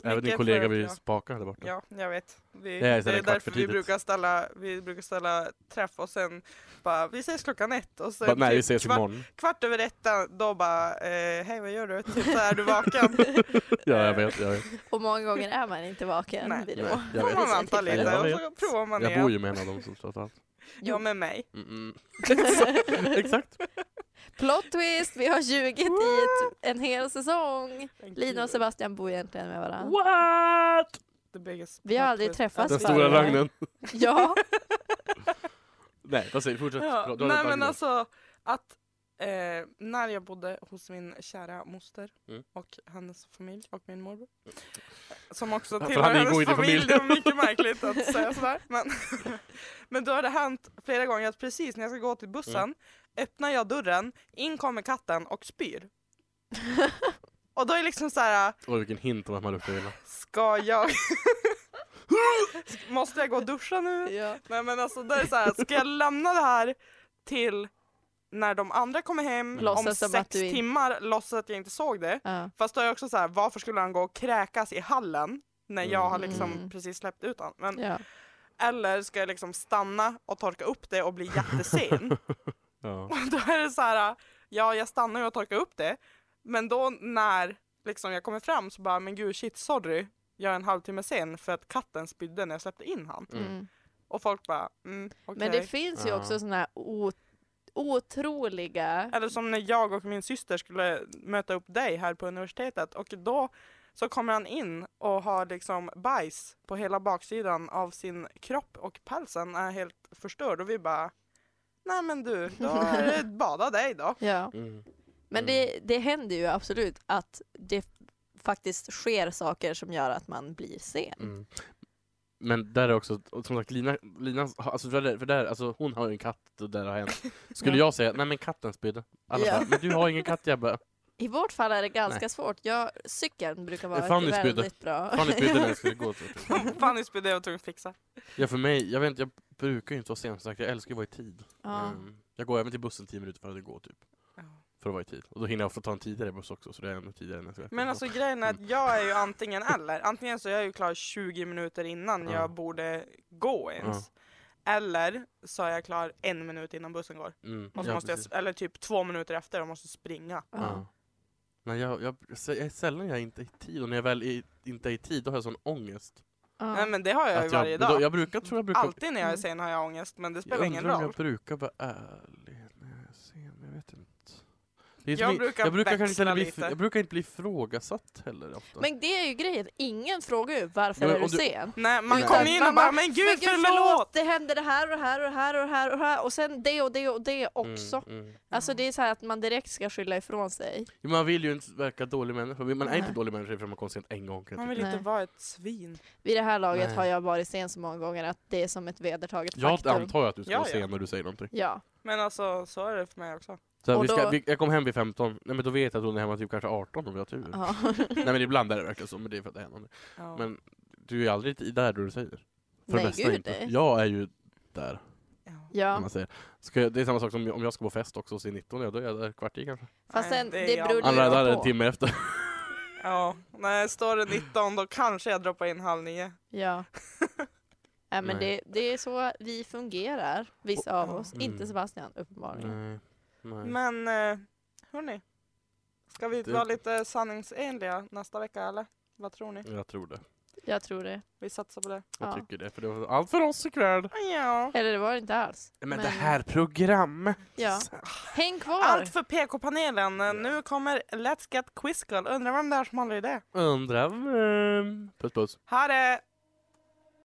C: Även
B: Mycket
C: din
B: för
C: kollega
B: att
C: vid
B: jag-
C: spakarna där borta.
B: Ja, jag vet. Vi,
C: Det
B: det
C: är
B: är,
C: så det är kvart
B: därför
C: för
B: vi
C: tidigt.
B: brukar, ställa, vi brukar ställa träff och sen bara, vi ses klockan ett och sen
C: Bara, nej,
B: typ
C: vi ses
B: kvart,
C: imorgon.
B: kvart över ett då bara, eh, hej vad gör du? Typ så här, är du vaken?
C: Ja, jag vet. Jag, vet.
D: Och många gånger är man inte vaken.
B: Nej.
D: vid det.
C: Nej, jag,
B: Får
C: vet.
B: man vänta
D: Jag
B: lite och så provar man
C: jag
B: igen.
C: bor ju med en av dem som startar.
B: Ja, med mig.
C: Mm, mm. Exakt. Exakt.
D: Plot twist! Vi har ljugit i ett, en hel säsong. Lina och Sebastian bor egentligen med varandra.
C: What?
B: The biggest
D: Vi har
B: plot
D: aldrig
B: twist.
D: träffats
C: Den
D: Fast
C: stora
D: bara-
C: lögnen.
D: Ja.
C: Nej, vad säger du? Fortsätt.
B: Ja,
C: Bra, du hade
B: nej
C: ett
B: men
C: lögn.
B: alltså att eh, när jag bodde hos min kära moster
C: Mm.
B: och hennes familj och min morbror. Som också
C: För
B: tillhör
C: han ingår i
B: hennes
C: din
B: familj.
C: familj.
B: Det var mycket märkligt att säga sådär. Men, men då har det hänt flera gånger att precis när jag ska gå till bussen
C: Mm.
B: öppnar jag dörren, in kommer katten och spyr. och då är det liksom så här,
C: Oj, vilken hint om att man luktar illa.
B: ska jag... Måste jag gå och duscha nu?
D: ja.
B: Nej men alltså det är så här, ska jag lämna det här till när de andra kommer hem
D: Låtsas
B: om
D: som
B: sex
D: att du inte-
B: timmar, låtsas att jag inte såg det.
D: Ja.
B: Fast då är jag också så här, varför skulle han gå och kräkas i hallen när jag har liksom
D: Mm.
B: precis släppt ut honom? Men,
D: Ja.
B: Eller ska jag liksom stanna och torka upp det och bli jättesen?
C: Ja.
B: och då är det så här, ja jag stannar ju och torkar upp det. Men då när liksom jag kommer fram så bara, men gud shit sorry, jag är en halvtimme sen för att katten spydde när jag släppte in han.
C: Mm.
D: Mm.
B: Och folk bara, mm, okej.
D: Men det finns ju
C: Ja.
D: också såna här o- otroliga...
B: Eller som när jag och min syster skulle möta upp dig här på universitetet och då så kommer han in och har liksom bajs på hela baksidan av sin kropp och pälsen är helt förstörd och vi bara Nej men du, då är det bada dig då.
D: Ja.
C: Mm.
D: Men det, det händer ju absolut att det faktiskt sker saker som gör att man blir sen.
C: Mm. Men där är också, och som sagt Lina, Lina har- alltså, för där, för där, alltså hon har ju en katt och där har hänt. Skulle jag säga, nej men katten spydde. Alla
D: Ja.
C: bara, men du har ingen katt Jebbe.
D: I vårt fall är det ganska
C: Nej.
D: svårt. Jag, cykeln brukar vara
C: Fanny
D: ett
C: spydde.
D: väldigt bra...
C: Fan ni spydde när jag skulle gå. Typ.
B: Fanny spydde, jag var tvungen att fixa.
C: Ja för mig, jag vet inte, jag brukar ju inte vara sen som sagt, jag älskar ju att vara i tid.
D: ja.
C: Mm. Jag går även till bussen tio minuter före det går typ.
B: Ja.
C: För att vara i tid. Och då hinner jag ofta ta en tidigare buss också, så det är ännu tidigare än jag ska.
B: Men alltså grejen är att jag är ju antingen eller. Antingen så är jag ju klar 20 minuter innan
C: Ja.
B: jag borde gå ens. Eller så är jag klar en minut innan bussen går.
C: Mm.
B: Och så
C: Ja,
B: måste jag,
C: precis.
B: eller typ två minuter efter och måste springa.
C: Ja. Men jag, jag, jag är sällan jag är inte i tid, och när jag väl är, inte är i tid, då har jag sån ångest.
D: Ja. Mm.
B: Nej men det har jag ju
C: att jag,
B: varje
C: Då,
B: dag.
C: jag brukar, tror jag brukar...
B: Alltid när jag är sen har jag ångest men det
C: jag
B: spelar
C: undrar
B: ingen
C: om
B: roll.
C: jag brukar vara ärlig när jag är sen, men jag vet inte. Det är
B: Jag
C: som i-
B: brukar
C: jag brukar kanske
B: växla
C: inte heller bli,
B: lite.
C: Jag brukar inte bli ifrågasatt heller ofta.
D: Men det är ju grejen, ingen frågar ju varför
C: Men
D: är du
C: om du-
D: sen?
B: Nej man
C: Nej.
B: kommer in och
D: Man
B: bara
D: bara,
B: men
D: Men
B: gud förlåt!
D: det hände det här och det här och det här och det här och det här och sen det och det och det också.
C: Mm, mm.
D: Alltså det är så här att man direkt ska skylla ifrån sig.
C: Jo, Man vill ju inte verka dålig människa, man är
D: Nej.
C: inte dålig människa för man kom sent en gång. kan jag
B: Man vill
C: tycka.
B: inte
D: Nej.
B: vara ett svin.
D: Vid det här laget
C: Nej.
D: har jag varit sen så många gånger att det är som ett vedertaget
C: Jag
D: faktum.
C: antar att du ska
B: Ja,
C: vara
B: ja.
C: sen när du säger någonting.
D: Ja,
B: Men alltså så är det för mig också.
C: Så här,
D: Och
C: vi ska,
D: då-
C: vi, jag kom hem vid 15, nej men då vet jag att hon är hemma typ kanske 18 om vi har tur.
D: ja.
C: Nej men ibland är det verkligen så, men det är för att det händer.
B: Ja.
C: Men du är aldrig i- där då du säger. För det
D: Nej,
C: mesta
D: gud,
C: inte.
D: nej.
C: Jag är ju där,
B: Ja.
C: när
D: ja.
C: man säger. Ska jag, det är samma sak som om jag ska på fest också och ser 19, ja, då är jag där kvart i kanske.
D: Fast
B: Nej,
D: sen,
B: det är
D: det
B: jag
D: beror ju
C: Andra är
D: på.
C: där en timme efter.
B: Ja, när står det 19 då kanske jag droppar in halv nio.
D: Ja. Nej, men
C: Nej.
D: det, det är så vi fungerar, vissa av oss.
C: Mm.
D: Inte Sebastian, uppenbarligen.
C: nej, nej.
B: Men eh, hörni, ska vi
C: Det-
B: vara lite sanningsenliga nästa vecka eller? Vad tror ni?
C: Jag tror det.
D: Jag tror det.
B: Vi satsar på det.
C: Jag
D: Ja.
C: tycker det. För det var allt för oss ikväll.
B: Ja.
D: Eller det var det inte alls.
C: Men, det här programmet.
D: Ja. Häng kvar!
B: Allt för PK-panelen. Nu kommer Let's Get Quizzical. Undrar vem det är som håller i det.
C: Undrar vem? Puss puss.
B: Här är